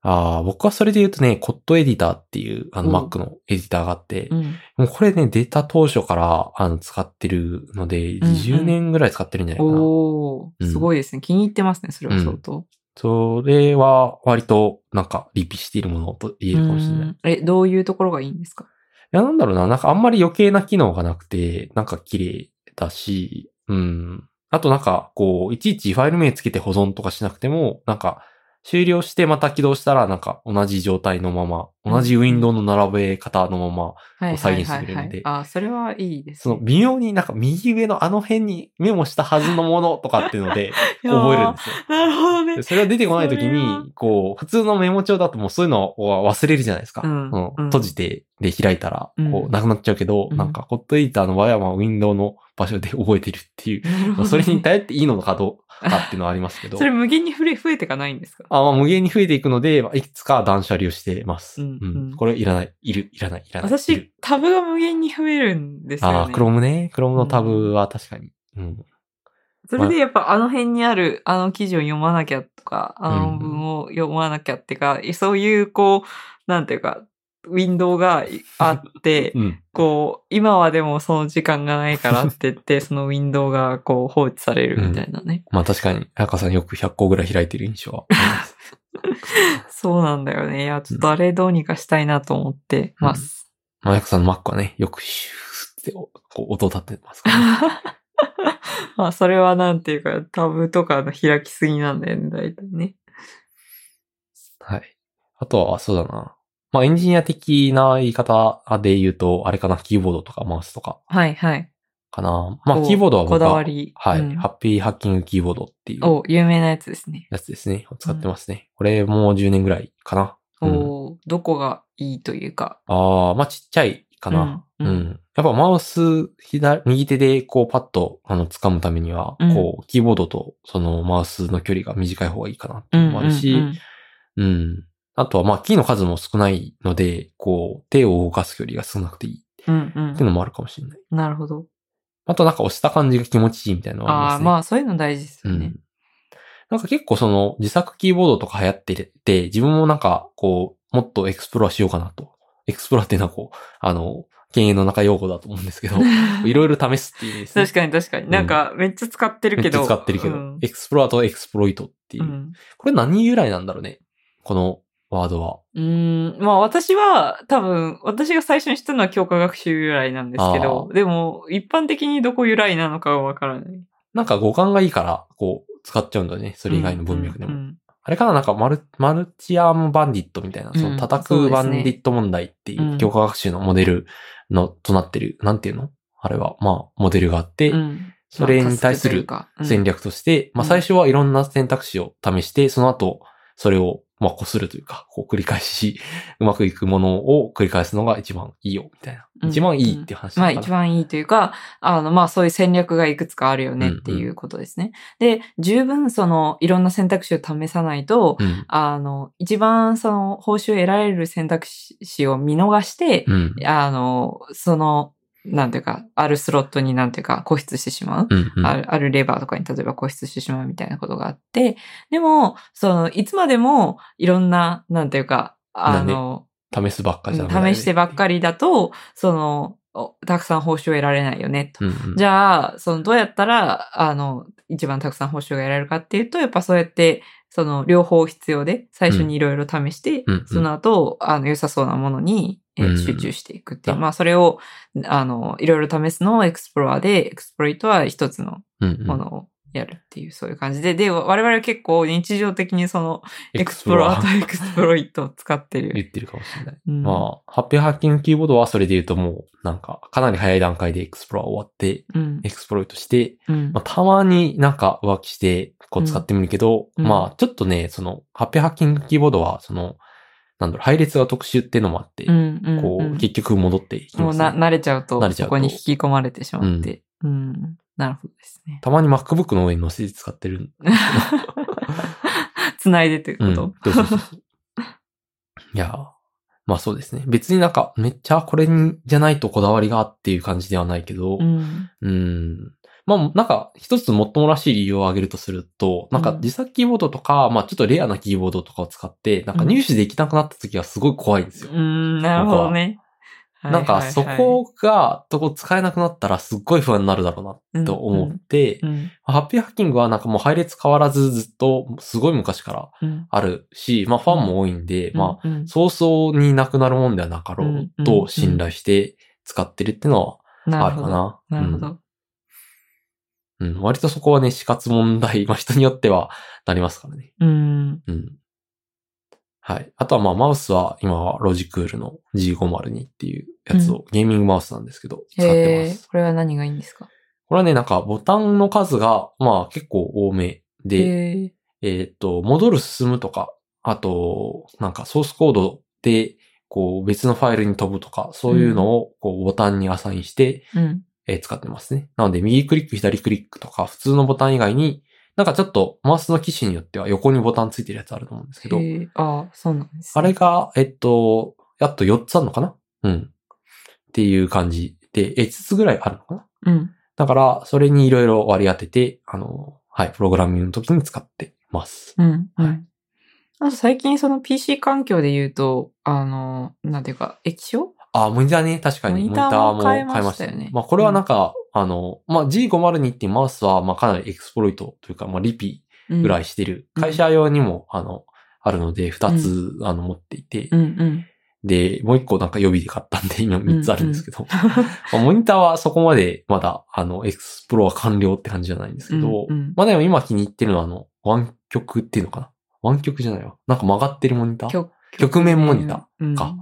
[SPEAKER 1] ああ、僕はそれで言うとね、コットエディターっていう、あの、
[SPEAKER 2] うん
[SPEAKER 1] Mac のエディターがあって、
[SPEAKER 2] うん。
[SPEAKER 1] もうこれね、出た当初から、あの、使ってるので、
[SPEAKER 2] んうん
[SPEAKER 1] 20年ぐらい使ってるんじゃないかな。
[SPEAKER 2] お
[SPEAKER 1] う
[SPEAKER 2] ー、
[SPEAKER 1] ん
[SPEAKER 2] すごいですね。気に入ってますね、それは相当。
[SPEAKER 1] それは、割と、なんか、リピしているものと言えるかもしれない。い
[SPEAKER 2] うんえ、どういうところがいいんですか
[SPEAKER 1] や、なんだろうな、なんかあんまり余計な機能がなくて、なんか綺麗だし、うん。あとなんか、こう、いちいちファイル名つけて保存とかしなくても、なんか、終了してまた起動したら、なんか同じ状態のまま、同じウィンドウの並べ方のまま、
[SPEAKER 2] はいは
[SPEAKER 1] 再
[SPEAKER 2] い
[SPEAKER 1] 現して
[SPEAKER 2] は
[SPEAKER 1] く
[SPEAKER 2] い
[SPEAKER 1] れる
[SPEAKER 2] は
[SPEAKER 1] んで
[SPEAKER 2] い。あ、それはいいです
[SPEAKER 1] そ
[SPEAKER 2] ね。
[SPEAKER 1] の微妙になんか右上のあの辺にメモしたはずのものとかっていうので覚え るんですよ。
[SPEAKER 2] いやーなるほどね
[SPEAKER 1] で。それが出てこないとき
[SPEAKER 2] それは
[SPEAKER 1] に、こう、普通のメモ帳だともうそういうのは忘れるじゃないですか。
[SPEAKER 2] うん
[SPEAKER 1] その
[SPEAKER 2] うん
[SPEAKER 1] 閉じて、で開いたら、こ
[SPEAKER 2] う
[SPEAKER 1] う、
[SPEAKER 2] ん
[SPEAKER 1] なくなっちゃうけど、
[SPEAKER 2] うん
[SPEAKER 1] なんか、ホットエディターの場合は、まあ、ウィンドウの場所で覚えてるって いう、
[SPEAKER 2] なるほ
[SPEAKER 1] まあ
[SPEAKER 2] ど
[SPEAKER 1] それに頼っていいのかどうかっていうのはありますけど
[SPEAKER 2] そ、れ無限に増え増えてかないんですか
[SPEAKER 1] あまあ、無限に増えていくので、まあ、いくつか断捨離をしてます。
[SPEAKER 2] う
[SPEAKER 1] うんん
[SPEAKER 2] うん
[SPEAKER 1] これいらない、いる、いらない、いらない。いる
[SPEAKER 2] 私、タブが無限に増えるんですよ、ね。
[SPEAKER 1] ああ、クロームね。クロームのタブは確かに。うん。
[SPEAKER 2] それでやっぱあの辺にあるあの記事を読まなきゃとか、あの文を読まなきゃってか、そういうこう、なんていうか、ウィンドウがいあって、
[SPEAKER 1] うん。
[SPEAKER 2] こう、今はでもその時間がないからって言って、そのウィンドウがこう放置されるみたいなね。
[SPEAKER 1] まあ確かに、赤さんよく100個ぐらい開いてる印象はあります。
[SPEAKER 2] そうなんだよね。いや、ちょっとあれどうにかしたいなと思ってます。
[SPEAKER 1] まあ赤さんの Mac はね、よくシューってこう音立ってますから、ね。
[SPEAKER 2] まあ、それはなんていうか、タブとかの開きすぎなんだよね、大体ね。
[SPEAKER 1] はい。あとは、そうだな。まあエンジニア的な言い方で言うと、あれかな、キーボードとかマウスとか
[SPEAKER 2] はいはい。
[SPEAKER 1] かな。まあ
[SPEAKER 2] こう
[SPEAKER 1] キーボードは僕は
[SPEAKER 2] こだわり。
[SPEAKER 1] はい、
[SPEAKER 2] うん
[SPEAKER 1] ハッピーハッキングキーボードっていう
[SPEAKER 2] お、有名なやつですね。
[SPEAKER 1] やつですね。使ってますね。これもう10年ぐらいかな。うん
[SPEAKER 2] おどこがいいというか。
[SPEAKER 1] ああ、まあちっちゃいかな。
[SPEAKER 2] う
[SPEAKER 1] うんん。
[SPEAKER 2] うん
[SPEAKER 1] やっぱマウス、左、右手でこうパッと、あの、掴むためには、
[SPEAKER 2] うん
[SPEAKER 1] こう、キーボードとそのマウスの距離が短い方がいいかなっていうのもあるし、うん
[SPEAKER 2] うん
[SPEAKER 1] あとは、まあ、キーの数も少ないので、こう、手を動かす距離が少なくていいっ
[SPEAKER 2] うんうん
[SPEAKER 1] ていうのもあるかもしれない。
[SPEAKER 2] うんなるほど。
[SPEAKER 1] あとなんか押した感じが気持ちいいみたいなのは
[SPEAKER 2] あ
[SPEAKER 1] あ
[SPEAKER 2] あー、
[SPEAKER 1] りますね。
[SPEAKER 2] まあそういうの大事ですよ
[SPEAKER 1] う
[SPEAKER 2] ね。
[SPEAKER 1] ん。なんか結構その、自作キーボードとか流行ってて、自分もなんか、こう、もっとエクスプロアしようかなと。エクスプロアっていうのはこう、あの、経営の中用語だと思うん ですけど、いろいろ試すっていう意味ですね。
[SPEAKER 2] 確かに確かに。なんか、めっちゃ使ってる
[SPEAKER 1] め
[SPEAKER 2] け
[SPEAKER 1] っちゃ
[SPEAKER 2] ど。
[SPEAKER 1] 使ってるけど、
[SPEAKER 2] うん
[SPEAKER 1] エクスプロアとエクスプロイトっていうう。
[SPEAKER 2] ん
[SPEAKER 1] これ何由来なんだろうね。このワードは。
[SPEAKER 2] うーん、まあ私は多分、私が最初に知ったのは教科学習由来なんですけど、でも一般的にどこ由来なのかはわからない。
[SPEAKER 1] なんか語感がいいから、こう、使っちゃうんだよね。それ以外の文脈でも。
[SPEAKER 2] うんうん
[SPEAKER 1] あれかななんかマル、マルチアームバンディットみたいな、そ
[SPEAKER 2] うん
[SPEAKER 1] の叩
[SPEAKER 2] そうで
[SPEAKER 1] く
[SPEAKER 2] すね
[SPEAKER 1] バンディット問題ってい
[SPEAKER 2] うん
[SPEAKER 1] う、教科学習のモデルの、となってる、なんていうのあれは、まあ、モデルがあって、
[SPEAKER 2] うん
[SPEAKER 1] それに対する
[SPEAKER 2] まあ
[SPEAKER 1] 戦。略として、まあ
[SPEAKER 2] うん
[SPEAKER 1] 最初はいろんな選択肢を試して、その後、それを、まあ、こするというか、こう繰り返し、 うまくいくものを繰り返すのが一番いいよ、みたいな。
[SPEAKER 2] うん
[SPEAKER 1] 一番いいっていう話
[SPEAKER 2] ま
[SPEAKER 1] な
[SPEAKER 2] あ
[SPEAKER 1] のか
[SPEAKER 2] 一
[SPEAKER 1] な
[SPEAKER 2] 番いいというか、あのまあそういう戦略がいくつかあるよねっていうことですね。で、十分そのいろんな選択肢を試さないと、
[SPEAKER 1] うん。
[SPEAKER 2] あの、一番その報酬を得られる選択肢を見逃して、
[SPEAKER 1] うん。
[SPEAKER 2] あの、その、なんていうか、あるスロットになんていうか固執してしまう。
[SPEAKER 1] うん。うん
[SPEAKER 2] あるあるレバーとかに例えば固執してしまうみたいなことがあって、でも、その、いつまでもいろんな、なんていうか、あの、
[SPEAKER 1] 試すばっかじゃダメだよね
[SPEAKER 2] 試してばっかりだと、その、おたくさん報酬を得られないよね、と。
[SPEAKER 1] うんうん
[SPEAKER 2] じゃあ、その、どうやったら、あの、一番たくさん報酬が得られるかっていうと、やっぱそうやって、その、両方必要で、最初にいろいろ試して、
[SPEAKER 1] うんうん
[SPEAKER 2] その後、あの、良さそうなものに、えー
[SPEAKER 1] うん
[SPEAKER 2] 集中していくっていう。
[SPEAKER 1] だ
[SPEAKER 2] まあ、それを、あの、いろいろ試すのをエクスプロアで、エクスプロイトは一つの
[SPEAKER 1] うんう
[SPEAKER 2] も
[SPEAKER 1] ん
[SPEAKER 2] のをやるっていう、そういう感じで。で、我々は結構日常的にその、エ
[SPEAKER 1] エ
[SPEAKER 2] ク
[SPEAKER 1] ク
[SPEAKER 2] ス
[SPEAKER 1] ス
[SPEAKER 2] プ
[SPEAKER 1] プ
[SPEAKER 2] ロ
[SPEAKER 1] ロ
[SPEAKER 2] ア
[SPEAKER 1] ア
[SPEAKER 2] とエクスプロイトを使って
[SPEAKER 1] 言
[SPEAKER 2] る。
[SPEAKER 1] ってるかもしれない。
[SPEAKER 2] うん
[SPEAKER 1] まあ、ハッピーハッキングキーボードはそれで言うともう、なんか、かなり早い段階でエクスプロア終わって、
[SPEAKER 2] うん。
[SPEAKER 1] エクスプロイトして、
[SPEAKER 2] うん
[SPEAKER 1] まあ、たまになんか浮気して、こう使ってみるけど、
[SPEAKER 2] うん
[SPEAKER 1] まあ、ちょっとね、その、ハッピーハッキングキーボードは、その、なんだろう、配列が特殊っていうのもあって、
[SPEAKER 2] うんうん
[SPEAKER 1] こ
[SPEAKER 2] うん
[SPEAKER 1] う、結局戻っていき
[SPEAKER 2] も
[SPEAKER 1] ま
[SPEAKER 2] う
[SPEAKER 1] す、
[SPEAKER 2] な、
[SPEAKER 1] ね。
[SPEAKER 2] 慣れちゃうと、
[SPEAKER 1] 慣れちゃ
[SPEAKER 2] そう
[SPEAKER 1] と
[SPEAKER 2] こに引き込まれてしまって。うん。なるほどですね。
[SPEAKER 1] たまに MacBook の上に乗せて使ってる。
[SPEAKER 2] つないでという
[SPEAKER 1] うん。
[SPEAKER 2] こ
[SPEAKER 1] そうそうそうそういやーまあそうですね。別になんか、めっちゃこれにじゃないとこだわりがっていう感じではないけど、
[SPEAKER 2] と。うん。
[SPEAKER 1] うん。まあ、なんか、一つもっともらしい理由を挙げるとすると、なんか
[SPEAKER 2] うん
[SPEAKER 1] 自作キーボードとか、まあちょっとレアなキーボードとかを使って、なんか入手できなくなった時はすごい怖いんですよ。
[SPEAKER 2] うん、なるほどね。
[SPEAKER 1] なんかそ
[SPEAKER 2] を
[SPEAKER 1] こが、とこ使えなくなったらすっごい不安になるだろうなと思って、
[SPEAKER 2] うん
[SPEAKER 1] ハッピーハッキングはなんかもう配列変わらずずっとすごい昔から
[SPEAKER 2] うん
[SPEAKER 1] あるし、まあファンも多いんで、まあ
[SPEAKER 2] あ、うん
[SPEAKER 1] 早々になくなるもんではなかろうと信頼して使ってるってのはあ
[SPEAKER 2] なる
[SPEAKER 1] る
[SPEAKER 2] ほ
[SPEAKER 1] か
[SPEAKER 2] ど。
[SPEAKER 1] な。
[SPEAKER 2] なるほ
[SPEAKER 1] うん
[SPEAKER 2] ど。
[SPEAKER 1] うん割とそこはね、死活問題、まあ人によってはなりますからね。
[SPEAKER 2] うん。
[SPEAKER 1] うん。はい。あとはまあマウスは今はロジクールの G502 っていうやつを、ゲーミングマウスなんですけど、使ってま
[SPEAKER 2] え
[SPEAKER 1] す。
[SPEAKER 2] ー、これは何がいいんですか
[SPEAKER 1] これはね、なんかボタンの数がまあ結構多めで、
[SPEAKER 2] え
[SPEAKER 1] えーっと、戻る進むとか、あと、なんかソースコードで、こう別のファイルに飛ぶとか、そういうのをこうボタンにアサインして、
[SPEAKER 2] ー、うん。
[SPEAKER 1] えー使ってますね。なので、右クリック、左クリックとか、普通のボタン以外に、なんかちょっとマウスの機種によっては横にボタンついてるやつあると思うんですけど、
[SPEAKER 2] えー、ああ、そうなんです、
[SPEAKER 1] あれが、えっと、やっと4つあるのかなうん。っていう感じで、5つぐらいあるのかな
[SPEAKER 2] うん。
[SPEAKER 1] だから、それにいろいろ割り当てて、あの、はい、プログラミングの時に使ってます。
[SPEAKER 2] うん。う
[SPEAKER 1] は
[SPEAKER 2] ん。あと最近その PC 環境で言うと、あの、なんていうか、液晶
[SPEAKER 1] あ、モニターね、確かに。
[SPEAKER 2] モニターも変えましたよね
[SPEAKER 1] まあ、これはなんか、あの、まあ、G502 っていうマウスは、まあ、かなりエクスプロイトというか、まあ、リピ
[SPEAKER 2] ぐ
[SPEAKER 1] ぐら
[SPEAKER 2] い。
[SPEAKER 1] いしてる。
[SPEAKER 2] うん
[SPEAKER 1] 会社用にも、あの、あるので、二つ、あの、持っていて、
[SPEAKER 2] うんうん。
[SPEAKER 1] で、もう一個なんか予備で買ったんで、今三つあるんですけど、まあモニターはそこまで、まだ、あの、エクスプロは完了って感じじゃないんですけど、
[SPEAKER 2] うんうん
[SPEAKER 1] まあ、でも今気に入ってるのは、あの、湾曲っていうのかな湾曲じゃないわ。なんか曲がってるモニター
[SPEAKER 2] 曲
[SPEAKER 1] 曲面モニター。
[SPEAKER 2] ー
[SPEAKER 1] か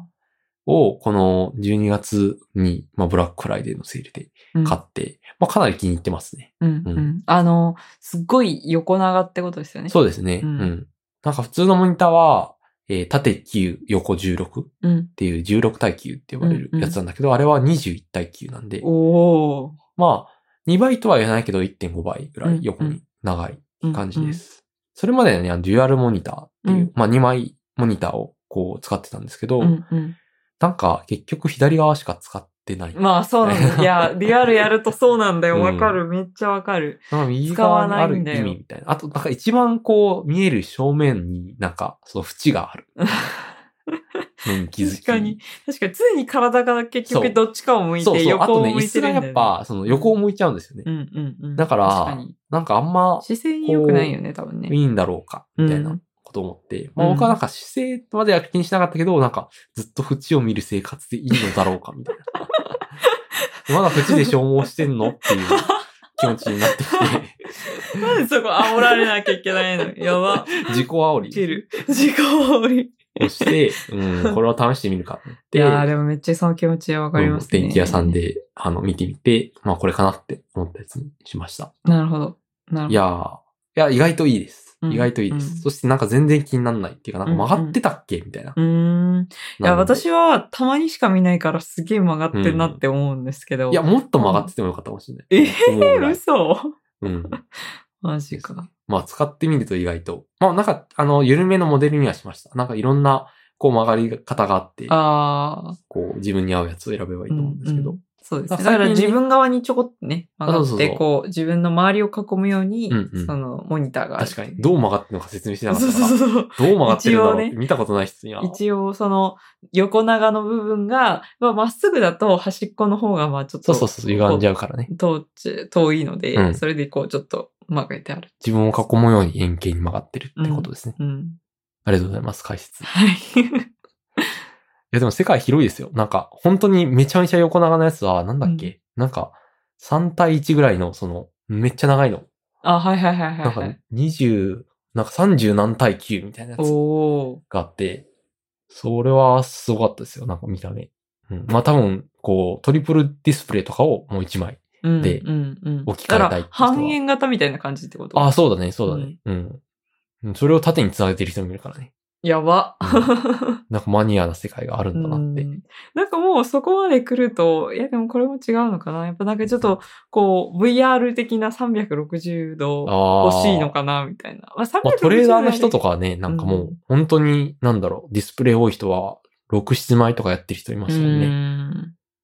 [SPEAKER 1] を、この12月に、まあ、ブラックフライデーのセールで買って、まあ、かなり気に入ってますね。
[SPEAKER 2] うんうんうんあの、すっごい横長ってことですよね。
[SPEAKER 1] そうですね。
[SPEAKER 2] う
[SPEAKER 1] うんん。なんか普通のモニターは、えー縦9、横16っ
[SPEAKER 2] う。うん。
[SPEAKER 1] ていう16対9って呼ばれる
[SPEAKER 2] うんうん
[SPEAKER 1] やつなんだけど、あれは21対9なんで、
[SPEAKER 2] おー。
[SPEAKER 1] まあ、2倍とは言えないけど1.5倍ぐら
[SPEAKER 2] うん
[SPEAKER 1] い横に長い感じで
[SPEAKER 2] うん
[SPEAKER 1] す。それまではね、あのデュアルモニターっていう、
[SPEAKER 2] うん
[SPEAKER 1] まあ2枚モニターをこう使ってたんですけど、
[SPEAKER 2] うんうん
[SPEAKER 1] なんか結局左側しか使ってない。
[SPEAKER 2] まあそうな んだ。いや、リアルやるとそうなんだよ。
[SPEAKER 1] うん
[SPEAKER 2] わかる。めっちゃわかる。
[SPEAKER 1] なんか右
[SPEAKER 2] 使
[SPEAKER 1] 側
[SPEAKER 2] わ
[SPEAKER 1] に
[SPEAKER 2] な
[SPEAKER 1] あ
[SPEAKER 2] い
[SPEAKER 1] る
[SPEAKER 2] ん
[SPEAKER 1] 意
[SPEAKER 2] だよ
[SPEAKER 1] 味みたいな。あと、なんか一番こう見える正面になんかその縁がある。のに気づき。
[SPEAKER 2] 確かに。。確かに常に体が結
[SPEAKER 1] そ
[SPEAKER 2] 局
[SPEAKER 1] う
[SPEAKER 2] どっちかを向い
[SPEAKER 1] そう
[SPEAKER 2] て
[SPEAKER 1] そう。あ
[SPEAKER 2] 横
[SPEAKER 1] と
[SPEAKER 2] を
[SPEAKER 1] ね、
[SPEAKER 2] 向
[SPEAKER 1] 椅
[SPEAKER 2] いて
[SPEAKER 1] 子
[SPEAKER 2] る
[SPEAKER 1] が
[SPEAKER 2] んだ
[SPEAKER 1] や
[SPEAKER 2] よね
[SPEAKER 1] っぱその横を向いちゃうんですよね。
[SPEAKER 2] うんうんうん。
[SPEAKER 1] だから
[SPEAKER 2] 確に
[SPEAKER 1] なんかあんま
[SPEAKER 2] 姿勢良くないよね、多分ね。
[SPEAKER 1] いいんだろうか、みたい
[SPEAKER 2] うん
[SPEAKER 1] なこと思って。まあ
[SPEAKER 2] うん
[SPEAKER 1] 僕はなんか姿勢までは気にしなかったけど、なんかずっと縁を見る生活でいいのだろうか、みた いな。まだ縁で消耗してんのっていう気持ちになってきて、
[SPEAKER 2] なんでそこ煽られなきゃいけない の やば。
[SPEAKER 1] 自己煽り。
[SPEAKER 2] 切る。自己煽り。
[SPEAKER 1] そして、 うん、これは試してみるかって
[SPEAKER 2] いやーでもめっちゃその気持ちはわかりますね。
[SPEAKER 1] うん電気屋さん。で、あの、見てみて、まあこれかなって思ったやつにしました。
[SPEAKER 2] なるほど。なるほど。
[SPEAKER 1] いやー、いや、意外といいです。
[SPEAKER 2] うん
[SPEAKER 1] 意外といいです。
[SPEAKER 2] うん
[SPEAKER 1] そしてなんか全然気にならないっていうか、なんか曲がってたっけみたいな。
[SPEAKER 2] うーん。い
[SPEAKER 1] な
[SPEAKER 2] や、
[SPEAKER 1] ので
[SPEAKER 2] 私はたまにしか見ないからすげえ曲がってんなって思うんですけど。
[SPEAKER 1] いや、、もっと曲がっててもよかったかもしれない。
[SPEAKER 2] え
[SPEAKER 1] 思うぐらい
[SPEAKER 2] 嘘
[SPEAKER 1] うん。
[SPEAKER 2] マジか。
[SPEAKER 1] まあ使ってみると意外と。まあなんか、あの、緩めのモデルにはしました。なんかいろんな、こう曲がり方があって、
[SPEAKER 2] ああ。
[SPEAKER 1] こう自分に合うやつを選べばいいと思うんですけど。
[SPEAKER 2] ううそうです
[SPEAKER 1] ま
[SPEAKER 2] ね。
[SPEAKER 1] あ
[SPEAKER 2] だから
[SPEAKER 1] 最近
[SPEAKER 2] 自
[SPEAKER 1] ね
[SPEAKER 2] 分側にちょこっとね、曲が
[SPEAKER 1] そ
[SPEAKER 2] っ
[SPEAKER 1] うそう
[SPEAKER 2] て、
[SPEAKER 1] そう
[SPEAKER 2] こう、自分の周りを囲むように
[SPEAKER 1] うんう、ん
[SPEAKER 2] その、モニターがある。
[SPEAKER 1] 確かに。どう曲がってるのか説明してなかっ
[SPEAKER 2] そう
[SPEAKER 1] たから。
[SPEAKER 2] そうそう。
[SPEAKER 1] どう曲がってるんだろうっ
[SPEAKER 2] 一
[SPEAKER 1] て
[SPEAKER 2] 応ね
[SPEAKER 1] 見たことない人には。
[SPEAKER 2] 一応、その、横長の部分が、まあ、まっすぐだと端っこの方が、まあ、ちょっ
[SPEAKER 1] そ
[SPEAKER 2] と、
[SPEAKER 1] うそうそう、歪んじ
[SPEAKER 2] ゃ
[SPEAKER 1] ゃうからね。
[SPEAKER 2] う。遠遠いので、
[SPEAKER 1] うん
[SPEAKER 2] それでこう、ちょっと曲げてある。
[SPEAKER 1] 自分を囲むように円形に曲がってるってことですね。
[SPEAKER 2] うん。
[SPEAKER 1] ありがとうございます、解説。い
[SPEAKER 2] はい。
[SPEAKER 1] や、でも世界広いですよ。なんか、本当にめちゃめちゃ横長のやつは、なんだっけ、
[SPEAKER 2] う
[SPEAKER 1] なんか、3対1ぐらいの、その、めっちゃ長いの。
[SPEAKER 2] あ、はいはいはい
[SPEAKER 1] なん
[SPEAKER 2] はい、
[SPEAKER 1] か
[SPEAKER 2] はい。、
[SPEAKER 1] 20、なんか30何対9みたいなやつ
[SPEAKER 2] おー。
[SPEAKER 1] があって、それはすごかったですよ、なんか見た目。うん、まあ多分、こう、トリプルディスプレイとかをもう1枚。
[SPEAKER 2] うん
[SPEAKER 1] で
[SPEAKER 2] うんうん、
[SPEAKER 1] 置き換えたい
[SPEAKER 2] だから
[SPEAKER 1] 人は
[SPEAKER 2] 半円型みたいな感じってこと
[SPEAKER 1] ああ、そうだね、そうだね。うん。うん、それを縦に繋げてる人もいる からね。
[SPEAKER 2] やば。
[SPEAKER 1] なんかマニアな世界があるんだなって。
[SPEAKER 2] うんなんかもうそこまで来ると、いやでもこれも違うのかなやっぱなんかちょっと、こう、VR 的な360度
[SPEAKER 1] あ
[SPEAKER 2] 欲しいの
[SPEAKER 1] な。
[SPEAKER 2] かなみたいな。まあ、360
[SPEAKER 1] まあ、トレーダーの人とかはね、な
[SPEAKER 2] な
[SPEAKER 1] んん
[SPEAKER 2] か
[SPEAKER 1] か
[SPEAKER 2] もう
[SPEAKER 1] もう、本当に、なんだろう、ディスプレイ多い人は、6、7枚とかやってる人いま
[SPEAKER 2] う
[SPEAKER 1] したよね。
[SPEAKER 2] ん。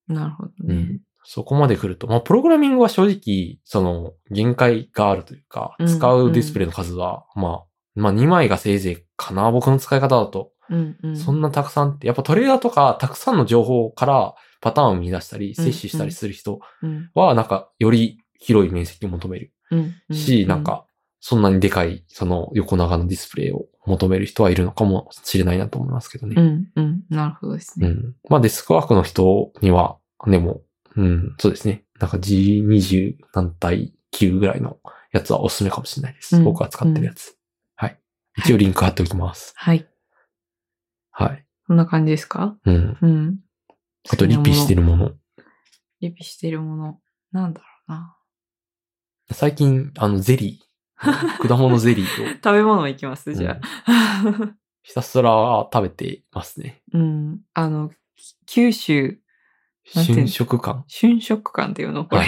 [SPEAKER 2] なるほど
[SPEAKER 1] う
[SPEAKER 2] ね
[SPEAKER 1] ん。。そこまで来ると、まあ、プログラミングは正直、その、限界があるというか、
[SPEAKER 2] うん
[SPEAKER 1] 使うディスプレイの数は、まあ、まあ、2枚がせいぜいかな、僕の使い方だと。
[SPEAKER 2] うんうん。
[SPEAKER 1] そんなたくさんって、やっぱトレーダーとか、たくさんの情報からパターンを見出したり、
[SPEAKER 2] うん
[SPEAKER 1] 摂取したりする人
[SPEAKER 2] うん
[SPEAKER 1] は、なんか、より広い面積を求める
[SPEAKER 2] うんうん
[SPEAKER 1] し、なん、か、そんなにでかい、その、横長のディスプレイを求める人はいるのかもしれないなと思いますけどね。
[SPEAKER 2] うんうん。なるほどです
[SPEAKER 1] う
[SPEAKER 2] ね。
[SPEAKER 1] ん。まあデスクワークの人には、でも、うん、そうですね。なんか G20 何対9ぐらいのやつはおすすめかもしれないです。
[SPEAKER 2] うん
[SPEAKER 1] 僕が使ってるやつ。はい。一応リンク貼っておきます。
[SPEAKER 2] はい。
[SPEAKER 1] はい。
[SPEAKER 2] こんな感じですか
[SPEAKER 1] うん。
[SPEAKER 2] うん。
[SPEAKER 1] あと、リピして
[SPEAKER 2] る。
[SPEAKER 1] るもの。
[SPEAKER 2] リピしてるもの。なんだろうな。
[SPEAKER 1] 最近、あの、ゼリ ー。果物ゼリーを、
[SPEAKER 2] 食べ物いきます
[SPEAKER 1] うん
[SPEAKER 2] じゃあ。
[SPEAKER 1] ひたすら食べてますね。
[SPEAKER 2] うん。あの、九州、なんていうの
[SPEAKER 1] 春食感
[SPEAKER 2] 春食館っていうのこれ。
[SPEAKER 1] は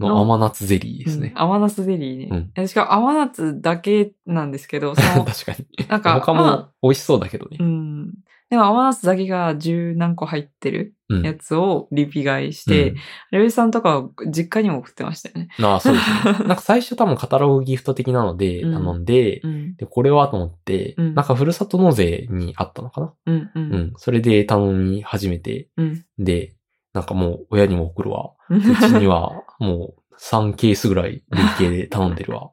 [SPEAKER 1] の甘夏ゼリーですね
[SPEAKER 2] うん。甘夏ゼリーね。えしかも甘夏だけなんです けど、その、
[SPEAKER 1] 確かに。
[SPEAKER 2] なんか、
[SPEAKER 1] 他
[SPEAKER 2] ま
[SPEAKER 1] も美味しそうだけどね
[SPEAKER 2] あう。ん。でも甘夏だけが十何個入ってる
[SPEAKER 1] うん。
[SPEAKER 2] やつをリピ買いして、
[SPEAKER 1] うん
[SPEAKER 2] レベルさんとかは実家にも送ってましたよね。
[SPEAKER 1] ああ、そうですね。 なんか最初多分カタログギフト的なので
[SPEAKER 2] うん
[SPEAKER 1] 頼んで、
[SPEAKER 2] うん。
[SPEAKER 1] で、これはと思って、
[SPEAKER 2] うん
[SPEAKER 1] なんかふるさと納税にあったのかな、
[SPEAKER 2] うん。う
[SPEAKER 1] うん、
[SPEAKER 2] ん。
[SPEAKER 1] それで頼み始めて、
[SPEAKER 2] うん。
[SPEAKER 1] で、なんかもう親にも送るわ。うちにはもう3ケースぐらい累計で頼んでる わ。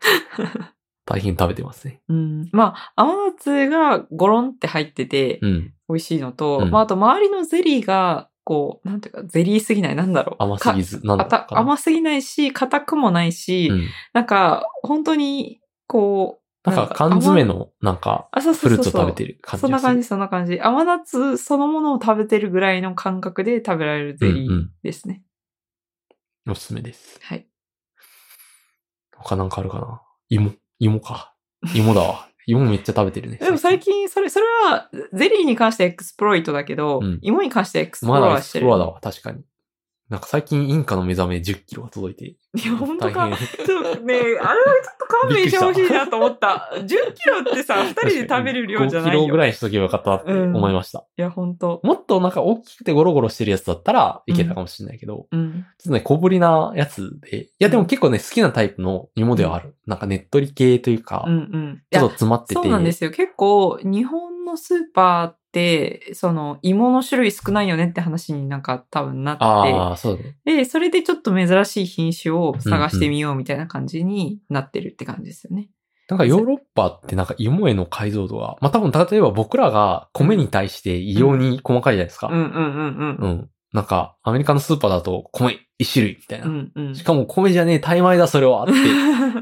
[SPEAKER 1] 大変食べてますね。
[SPEAKER 2] うん。まあ、甘夏がゴロンって入ってて、
[SPEAKER 1] うん。
[SPEAKER 2] 美味しいのと、
[SPEAKER 1] うん
[SPEAKER 2] まあ、あと周りのゼリーが、こう、なんていうか、ゼリーすぎない、なんだろう。
[SPEAKER 1] 甘すぎず、なんだ
[SPEAKER 2] か
[SPEAKER 1] ろう
[SPEAKER 2] かた甘すぎないし、硬くもないし、
[SPEAKER 1] うん。
[SPEAKER 2] なんか、本当に、こう、
[SPEAKER 1] なんか缶詰の、なんか、
[SPEAKER 2] 甘、あ、そうそ
[SPEAKER 1] フ
[SPEAKER 2] う
[SPEAKER 1] ルー
[SPEAKER 2] そ
[SPEAKER 1] ツ
[SPEAKER 2] うそ
[SPEAKER 1] を
[SPEAKER 2] う
[SPEAKER 1] 食べてる感じ
[SPEAKER 2] そん
[SPEAKER 1] が
[SPEAKER 2] な
[SPEAKER 1] する。
[SPEAKER 2] 感じ、そんな感じ。甘夏そのものを食べてるぐらいの感覚で食べられるゼリ
[SPEAKER 1] うんう
[SPEAKER 2] ー
[SPEAKER 1] ん
[SPEAKER 2] ですね。
[SPEAKER 1] おすすめです。
[SPEAKER 2] はい。
[SPEAKER 1] 他なんかあるかな芋。芋か。芋だ わ。芋めっちゃ食べてるね。
[SPEAKER 2] でも最近、それ、それは、ゼリーに関してエクスプロイトだけど、
[SPEAKER 1] うん
[SPEAKER 2] 芋に関してエクスプロ
[SPEAKER 1] ま
[SPEAKER 2] ー
[SPEAKER 1] だ
[SPEAKER 2] ラー
[SPEAKER 1] エ
[SPEAKER 2] し
[SPEAKER 1] ス
[SPEAKER 2] て
[SPEAKER 1] プ
[SPEAKER 2] る。
[SPEAKER 1] ロアだわ、確かに。なんか最近インカの目覚め10キロが届いて。
[SPEAKER 2] いや、本当
[SPEAKER 1] 大
[SPEAKER 2] か。
[SPEAKER 1] 変
[SPEAKER 2] ちょっとね、あれはちょっと勘弁してほしいなと思った。10キロっ てさ、2人で食べる量じゃない
[SPEAKER 1] 5
[SPEAKER 2] よ。
[SPEAKER 1] キロぐら
[SPEAKER 2] い。
[SPEAKER 1] いにしとけばよかったって思いました。
[SPEAKER 2] いや、本当
[SPEAKER 1] もっとなんか大きくてゴロゴロしてるやつだったらいけたかもしれないけど、
[SPEAKER 2] うん。
[SPEAKER 1] ちょっとね、小ぶりなやつで。いや、でも結構ね、好きなタイプの芋ではある。なんかねっとり系というか、
[SPEAKER 2] うんうん。い
[SPEAKER 1] ちょっ
[SPEAKER 2] や
[SPEAKER 1] と、詰まってて。
[SPEAKER 2] そうなんですよ。結構、日本のスーパーって、その、芋の種類少ないよねって話になんか多分なっ
[SPEAKER 1] ああ、そうだね。
[SPEAKER 2] て、で、それでちょっと珍しい品種を探してみようみたいな感じになってるって感じですよね。
[SPEAKER 1] なんかヨーロッパってなんか芋への解像度が、まあ多分例えば僕らが米に対して異様に細かいじゃないですか。
[SPEAKER 2] うんうんうん
[SPEAKER 1] うん。なんか、アメリカのスーパーだと米一種類みたいな。
[SPEAKER 2] うん。うんうん。
[SPEAKER 1] しかも米じゃねえ、タイ米だそれはって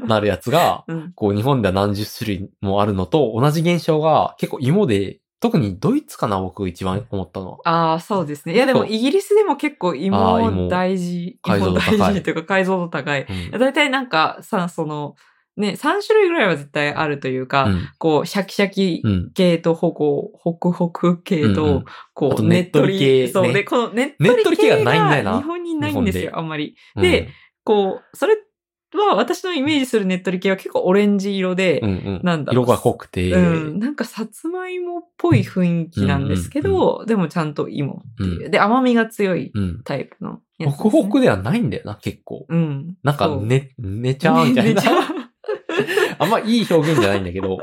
[SPEAKER 2] な、
[SPEAKER 1] なるやつが
[SPEAKER 2] うん。
[SPEAKER 1] こう日本では何十種類もあるのと同じ現象が結構芋で、特にドイツかな僕一番思ったのは。
[SPEAKER 2] ああ、そうですね。いや、でも
[SPEAKER 1] そう
[SPEAKER 2] イギリスでも結構
[SPEAKER 1] あー
[SPEAKER 2] 芋
[SPEAKER 1] 芋
[SPEAKER 2] 大事。
[SPEAKER 1] 解像度高い
[SPEAKER 2] 芋大事というか解像度高い。
[SPEAKER 1] うん
[SPEAKER 2] だいたいなんかさ、その、ね、3種類ぐらいは絶対あるというか、
[SPEAKER 1] うん
[SPEAKER 2] こう、シャキシャキ
[SPEAKER 1] うん。
[SPEAKER 2] 系と、ほこう、ホクホク系と、
[SPEAKER 1] うんうん
[SPEAKER 2] こ
[SPEAKER 1] あ
[SPEAKER 2] う、
[SPEAKER 1] とねっとり系
[SPEAKER 2] そう、
[SPEAKER 1] ね
[SPEAKER 2] で、このねっ
[SPEAKER 1] ねっ
[SPEAKER 2] と
[SPEAKER 1] とり
[SPEAKER 2] り系
[SPEAKER 1] 系
[SPEAKER 2] が
[SPEAKER 1] がないんだよな
[SPEAKER 2] 日本にないんです
[SPEAKER 1] 日
[SPEAKER 2] よ、
[SPEAKER 1] 本
[SPEAKER 2] あんまり。
[SPEAKER 1] うん
[SPEAKER 2] で、、こう、それは私のイメージするねっとり系は結構オレンジ色で、
[SPEAKER 1] うんうん、
[SPEAKER 2] なんだろう
[SPEAKER 1] 色が濃くて、
[SPEAKER 2] うん、なんかさつまいもっぽい雰囲気なんですけど、でもちゃんと芋っていう。で、甘みが強い
[SPEAKER 1] うん
[SPEAKER 2] タイプのや
[SPEAKER 1] ホ
[SPEAKER 2] つです、
[SPEAKER 1] ク
[SPEAKER 2] ね。
[SPEAKER 1] ホクではないんだよな、結構。
[SPEAKER 2] うん。
[SPEAKER 1] なんか
[SPEAKER 2] そう、
[SPEAKER 1] ね、寝ちゃうみたい
[SPEAKER 2] め
[SPEAKER 1] な
[SPEAKER 2] ち。ゃ
[SPEAKER 1] あんまいい表現じゃないんだけ ど。
[SPEAKER 2] も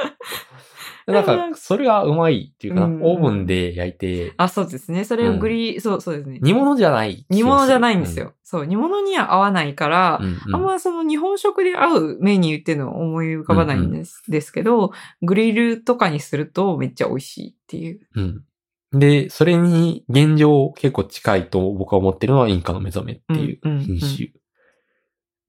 [SPEAKER 1] な
[SPEAKER 2] な
[SPEAKER 1] んん
[SPEAKER 2] か
[SPEAKER 1] か、それがうまいっていうかな、
[SPEAKER 2] うん
[SPEAKER 1] オーブンで焼いて、
[SPEAKER 2] あ、そうですね。それをグリー、そう、そうですね。
[SPEAKER 1] 煮物じゃない。
[SPEAKER 2] 煮物じゃないんですよ。そう、煮物には合わないから、
[SPEAKER 1] うん。うんうん
[SPEAKER 2] あんまその日本食で合うメニューっていうのを思い浮かばないんです,、ですけど、グリルとかにするとめっちゃ美味しいっていう。
[SPEAKER 1] うん。で、それに現状結構近いと僕は思ってるのはインカの目覚めっていう
[SPEAKER 2] うんうんうん
[SPEAKER 1] 品種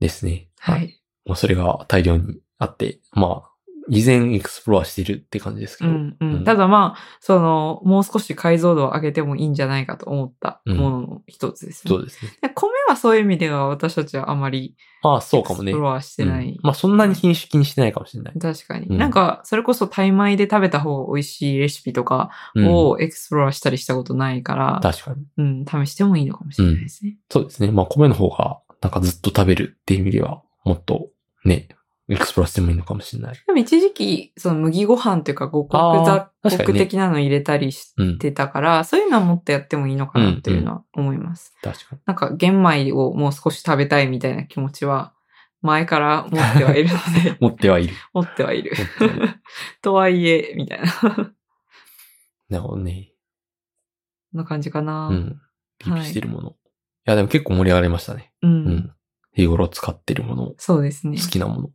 [SPEAKER 1] ですね。
[SPEAKER 2] は。い。
[SPEAKER 1] まあそれが大量にあって、まあ、依然エクスプロアしてるって感じですけ
[SPEAKER 2] う
[SPEAKER 1] ど。
[SPEAKER 2] んうん
[SPEAKER 1] うん
[SPEAKER 2] ただまあ、その、もう少し解像度を上げてもいいんじゃないかと思った
[SPEAKER 1] うん
[SPEAKER 2] ものの一つですね。
[SPEAKER 1] そうですね。
[SPEAKER 2] で米はそういう意味では私たちはあまり
[SPEAKER 1] まあ、そう
[SPEAKER 2] エ
[SPEAKER 1] か
[SPEAKER 2] ク
[SPEAKER 1] も
[SPEAKER 2] ス
[SPEAKER 1] ね。
[SPEAKER 2] プロアしてない。
[SPEAKER 1] うんまあ、そんなに品種気にしてないかもしれない。
[SPEAKER 2] 確かに、
[SPEAKER 1] うん
[SPEAKER 2] なんか、それこそタイ米で食べた方が美味しいレシピとか
[SPEAKER 1] うん
[SPEAKER 2] をエクスプローラーしたりしたことないから、
[SPEAKER 1] 確かに。
[SPEAKER 2] うん、試してもいいのかもしれないですね。
[SPEAKER 1] そうですね。まあ、米の方が、なんかずっと食べるっていう意味では、もっと、ね、エクスプラスでもいいのかもしれない。
[SPEAKER 2] でも一時期、その麦ご飯というか五穀雑
[SPEAKER 1] あー確か
[SPEAKER 2] 穀
[SPEAKER 1] にね
[SPEAKER 2] 的なの入れたりし
[SPEAKER 1] うん。
[SPEAKER 2] てたから、そういうのはもっとやってもいいのかなっていうのは思います。
[SPEAKER 1] 確かに。、
[SPEAKER 2] なんか玄米をもう少し食べたいみたいな気持ちは前から持ってはいるので
[SPEAKER 1] 持ってはいる。
[SPEAKER 2] 持ってはいる
[SPEAKER 1] 持。ってはいる
[SPEAKER 2] とはいえ、みたいな。こ
[SPEAKER 1] なるほどね。
[SPEAKER 2] んな感じかな。
[SPEAKER 1] うん。ピ
[SPEAKER 2] はい
[SPEAKER 1] ピしてるもの。い、や、でも結構盛り上がりましたね。
[SPEAKER 2] うん。
[SPEAKER 1] うん。日頃使ってるもの、好
[SPEAKER 2] そうですね。好き
[SPEAKER 1] きなもの。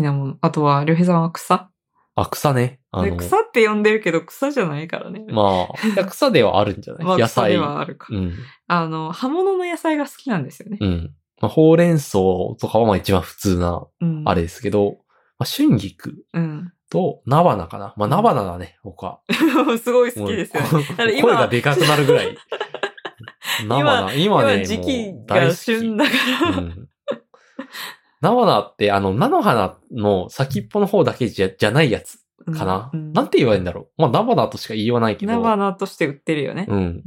[SPEAKER 2] なもの。あとは、りょうへいさんは草
[SPEAKER 1] あ、草ね。あ
[SPEAKER 2] で
[SPEAKER 1] の、
[SPEAKER 2] 草って呼んでるけど草じゃないからね。
[SPEAKER 1] まあ、いや草ではあるんじゃない、
[SPEAKER 2] まあ
[SPEAKER 1] 野
[SPEAKER 2] 草で
[SPEAKER 1] 菜。
[SPEAKER 2] はあるか。
[SPEAKER 1] うん。
[SPEAKER 2] あの、葉物の野菜が好きなんですよね。
[SPEAKER 1] うん。まあ、ほうれん草とかはまあ一番普通な、
[SPEAKER 2] うん。
[SPEAKER 1] あれですけど、まあ、春菊
[SPEAKER 2] うん。
[SPEAKER 1] と菜花かな。まあ、菜花だね、僕は。
[SPEAKER 2] すごい好きですよね。
[SPEAKER 1] もう
[SPEAKER 2] だから今
[SPEAKER 1] 声がでかくなるぐらい。菜花、今
[SPEAKER 2] 今
[SPEAKER 1] ね、
[SPEAKER 2] 時期
[SPEAKER 1] もう大
[SPEAKER 2] が
[SPEAKER 1] 好き
[SPEAKER 2] 旬だか
[SPEAKER 1] う
[SPEAKER 2] ら。
[SPEAKER 1] ん菜花って、あの、菜の花の先っぽの方だけじゃじゃないやつかな。
[SPEAKER 2] うん
[SPEAKER 1] なんて言えばいいんだろう。まあ、菜花としか言いようがないけど。
[SPEAKER 2] 菜花として売ってるよね。
[SPEAKER 1] うん。
[SPEAKER 2] うん。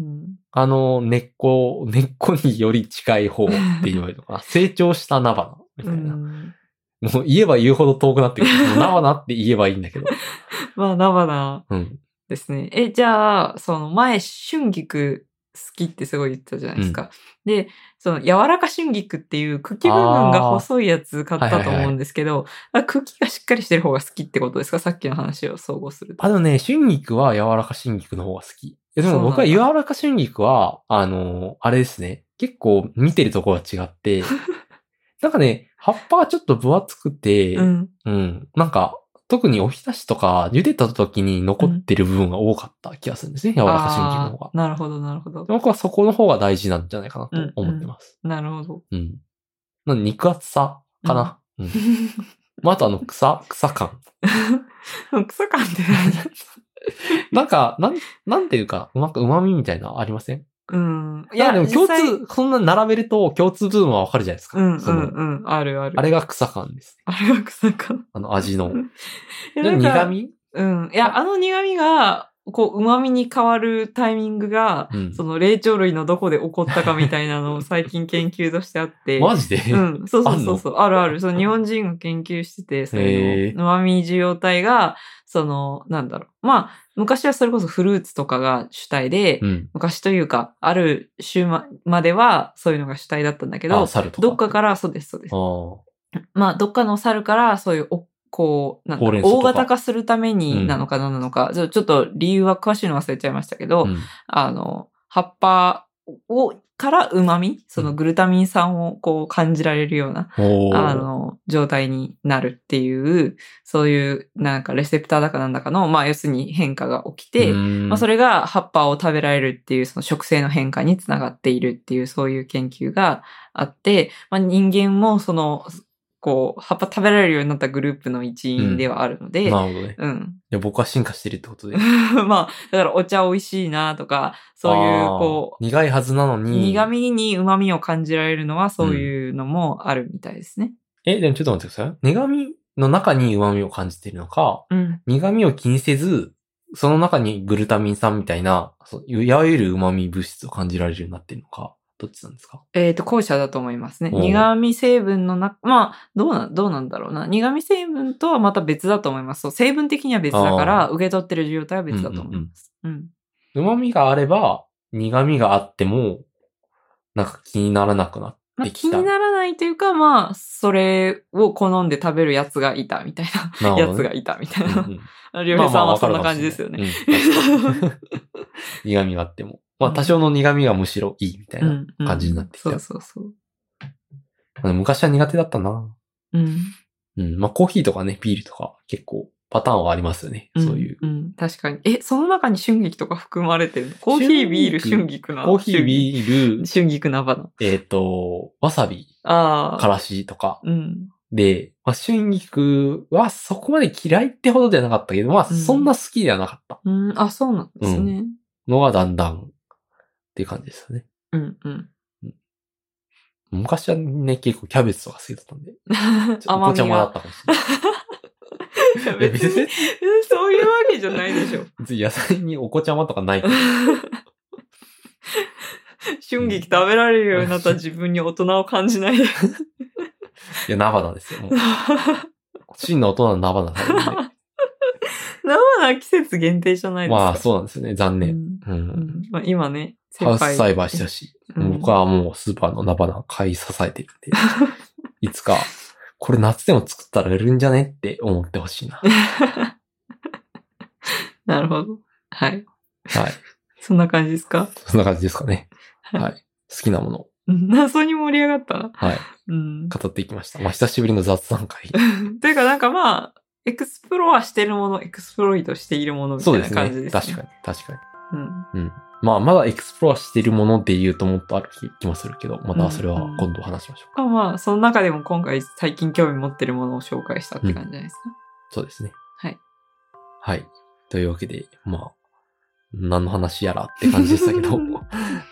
[SPEAKER 1] あの、根っこ、根っこにより近い方って言えばいいのか な。成長した菜花みたいな。
[SPEAKER 2] うん
[SPEAKER 1] もう言えば言うほど遠くなってくる。もう菜花って言えばいいんだけど。
[SPEAKER 2] まあ、菜花
[SPEAKER 1] うん。
[SPEAKER 2] ですね。え、じゃあ、その前、春菊好きってすごい言ったじゃないですか。で、その柔らか春菊っていう茎部分が細いやつ買ったと思うんですけど、あ茎がしっかりしてる方が好きってことですかさっきの話を総合すると。
[SPEAKER 1] あのね、春菊は柔らか春菊の方が好き。いやで
[SPEAKER 2] そ
[SPEAKER 1] も
[SPEAKER 2] うなんだ
[SPEAKER 1] 僕は柔らか春菊は、あの、あれですね。結構見てるとこが違っ て、なんかね、葉っぱがちょっと分厚くて、
[SPEAKER 2] う
[SPEAKER 1] うん、
[SPEAKER 2] ん。
[SPEAKER 1] なんか、特におひたしとか、茹でた時に残ってる部分が多かった気がするんですね、柔らか春菊の方が
[SPEAKER 2] あ。ーなるほど、なるほど。
[SPEAKER 1] 僕はそこの方が大事なんじゃないかなと思ってます。
[SPEAKER 2] なるほ ど。
[SPEAKER 1] うんなので肉厚さかな。うんまあ、あとあの草、草感。
[SPEAKER 2] 草感って何
[SPEAKER 1] なんか、なん、なんていうか、なんか旨味みたいなのありません
[SPEAKER 2] うん。い
[SPEAKER 1] いや、でも共
[SPEAKER 2] 実際
[SPEAKER 1] 通、そんな並べると共通部分はわかるじゃないですか。
[SPEAKER 2] うんう
[SPEAKER 1] その
[SPEAKER 2] んうん。あるある。
[SPEAKER 1] あれが草感ですね。
[SPEAKER 2] あれが草感。
[SPEAKER 1] あの味の。
[SPEAKER 2] いや
[SPEAKER 1] で
[SPEAKER 2] なんか
[SPEAKER 1] 苦味
[SPEAKER 2] うん。いや、あの苦味が、こう、旨味に変わるタイミングが、
[SPEAKER 1] うん
[SPEAKER 2] その霊長類のどこで起こったかみたいなの を最近研究としてあって。
[SPEAKER 1] マジで、
[SPEAKER 2] うん、そうそうそうそう。あ
[SPEAKER 1] あん
[SPEAKER 2] る
[SPEAKER 1] の
[SPEAKER 2] ある。その日本人が研究してて、そ
[SPEAKER 1] へ
[SPEAKER 2] れ
[SPEAKER 1] ー
[SPEAKER 2] の旨味受容体が、その、なんだろう。まあ、昔はそれこそフルーツとかが主体で、
[SPEAKER 1] うん。
[SPEAKER 2] 昔というか、ある週ままではそういうのが主体だったんだけど
[SPEAKER 1] あ、、猿とか。
[SPEAKER 2] どっかから、そうです、そうです
[SPEAKER 1] あ。ー
[SPEAKER 2] まあ、どっかの猿から、そういう、おこう、なんだ
[SPEAKER 1] ほう
[SPEAKER 2] ろ
[SPEAKER 1] れ草
[SPEAKER 2] うん
[SPEAKER 1] とか
[SPEAKER 2] 大型化するためになのか何なのか、ちょちょっと理由は詳しいの忘れちゃいましたけど、
[SPEAKER 1] うん
[SPEAKER 2] あの、葉っぱを、から旨味そのグルタミン酸をこう感じられるような、
[SPEAKER 1] おー
[SPEAKER 2] あの、状態になるっていう、そういう、なんかレセプターだかなんだかの、まあ、要するに変化が起きて、
[SPEAKER 1] うん
[SPEAKER 2] まあ、それが葉っぱを食べられるっていう、その食性の変化につながっているっていう、そういう研究があって、まあ、人間もその、こう、葉っぱ食べられるようになったグループの一員ではあるので、
[SPEAKER 1] なるほどね。
[SPEAKER 2] うん。
[SPEAKER 1] いや、僕は進化してるってことで。
[SPEAKER 2] まあ、だからお茶美味しいなとか、 そういう、
[SPEAKER 1] あー
[SPEAKER 2] こう、
[SPEAKER 1] 苦いはずなのに。
[SPEAKER 2] 苦味に旨味を感じられるのは、そういうのもあるみたいですね。
[SPEAKER 1] え、でもちょっと待ってください。苦味の中に旨味を感じてるのか、
[SPEAKER 2] うん。
[SPEAKER 1] 苦味を気にせず、その中にグルタミン酸みたいな、そういわゆる旨味物質を感じられるようになってるのか、どっちなんですか
[SPEAKER 2] えっ、と、後者だと思いますね。
[SPEAKER 1] おう
[SPEAKER 2] 苦味成分の中、まあ、どうな、どうなんだろうな。苦味成分とはまた別だと思います。そう、成分的には別だから、受け取ってる受容体は別だと思います。うん
[SPEAKER 1] 旨味があれば、苦味があっても、なんか気にならなくな
[SPEAKER 2] ま
[SPEAKER 1] っ
[SPEAKER 2] あ、
[SPEAKER 1] て
[SPEAKER 2] 気
[SPEAKER 1] きた。
[SPEAKER 2] にならないというか、まあ、それを好んで食べるやつがいた、みたい
[SPEAKER 1] な
[SPEAKER 2] な。
[SPEAKER 1] る
[SPEAKER 2] や
[SPEAKER 1] ほ
[SPEAKER 2] つ
[SPEAKER 1] ど
[SPEAKER 2] が
[SPEAKER 1] ね
[SPEAKER 2] いた、みたい
[SPEAKER 1] うん
[SPEAKER 2] な。
[SPEAKER 1] うん
[SPEAKER 2] りょうへいさんはそんな感じですよね。。
[SPEAKER 1] まあまあわかるかもしれないうん確かに苦味があっても。まあ多少の苦味がむしろいいみたいな。
[SPEAKER 2] うんうん
[SPEAKER 1] 感じになってきた
[SPEAKER 2] そうそうそう。
[SPEAKER 1] まあ昔は苦手だったな。
[SPEAKER 2] うん。
[SPEAKER 1] うん。まあコーヒーとかね、ビールとか結構パターンはありますよね。そういう。
[SPEAKER 2] ん。ん確かに。え、その中に春菊とか含まれてるのコーヒー、ビール、春
[SPEAKER 1] 春
[SPEAKER 2] 菊な。
[SPEAKER 1] コーヒー、
[SPEAKER 2] ー
[SPEAKER 1] ビール、
[SPEAKER 2] 春菊菜花。
[SPEAKER 1] えっ、と、わさび、
[SPEAKER 2] ああ。
[SPEAKER 1] からしとか。
[SPEAKER 2] うん。
[SPEAKER 1] で、まあ春菊はそこまで嫌いってほどじゃなかったけど、まあ
[SPEAKER 2] うん
[SPEAKER 1] そんな好きではなかった。
[SPEAKER 2] うん、あ、そうなんですね。
[SPEAKER 1] のがだんだんっていう感じですよね。
[SPEAKER 2] うん、うん。
[SPEAKER 1] 昔はね、結構キャベツとか好きだったんで、ちょっと
[SPEAKER 2] 甘
[SPEAKER 1] ごちゃ
[SPEAKER 2] み
[SPEAKER 1] まだっ
[SPEAKER 2] が。
[SPEAKER 1] たかもしれない
[SPEAKER 2] いや
[SPEAKER 1] いや。
[SPEAKER 2] 別に、
[SPEAKER 1] 別
[SPEAKER 2] 別にそういうわけじゃない でしょ。
[SPEAKER 1] に野菜にお子ちゃまとか ないから。
[SPEAKER 2] 春菊食べられるようにな った自分に大人を感じないで。
[SPEAKER 1] いや、菜花ですよ。もう真の大人のナバナさんなんで、
[SPEAKER 2] 生な季節限定じゃないですか。
[SPEAKER 1] まあそうなんですよね。残
[SPEAKER 2] う
[SPEAKER 1] 念。
[SPEAKER 2] ん
[SPEAKER 1] うん。
[SPEAKER 2] うんまあ、今ね、。
[SPEAKER 1] ハウス栽培したたし、
[SPEAKER 2] うん
[SPEAKER 1] 僕はもうスーパーのナバナ買い支えてるん で、いつか、これ夏でも作ったら売れるんじゃねって思ってほしい な。
[SPEAKER 2] なるほど。はい。
[SPEAKER 1] はい。
[SPEAKER 2] そんな感じですか
[SPEAKER 1] そんな感じですかね。
[SPEAKER 2] い
[SPEAKER 1] はい。好きなもの、
[SPEAKER 2] うん謎に盛り上がったな。
[SPEAKER 1] はい。
[SPEAKER 2] うん。
[SPEAKER 1] 語っていきました。まあ、久しぶりの雑談会。
[SPEAKER 2] というかなんかまあ、エクスプロアしてるもの、エクスプロイトしているものみた
[SPEAKER 1] そう
[SPEAKER 2] い
[SPEAKER 1] で
[SPEAKER 2] な
[SPEAKER 1] す
[SPEAKER 2] 感じ
[SPEAKER 1] ね。
[SPEAKER 2] です、
[SPEAKER 1] 確かに、確かに。
[SPEAKER 2] に。うん。
[SPEAKER 1] うん。まあ、まだエクスプロアしてるもので言うともっとある気もするけど、またそれは今度話しましょうか。
[SPEAKER 2] まあまあ、その中でも今回最近興味持ってるものを紹介したって感じじゃないですか。
[SPEAKER 1] そうですね。
[SPEAKER 2] はい。
[SPEAKER 1] はい。というわけで、まあ、何の話やらって感じでしたけ ど、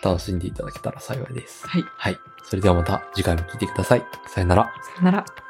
[SPEAKER 1] 楽しんでいただけたら幸いです。
[SPEAKER 2] はい。
[SPEAKER 1] はい。それではまた次回も聞いてください。さよなら。
[SPEAKER 2] さよなら。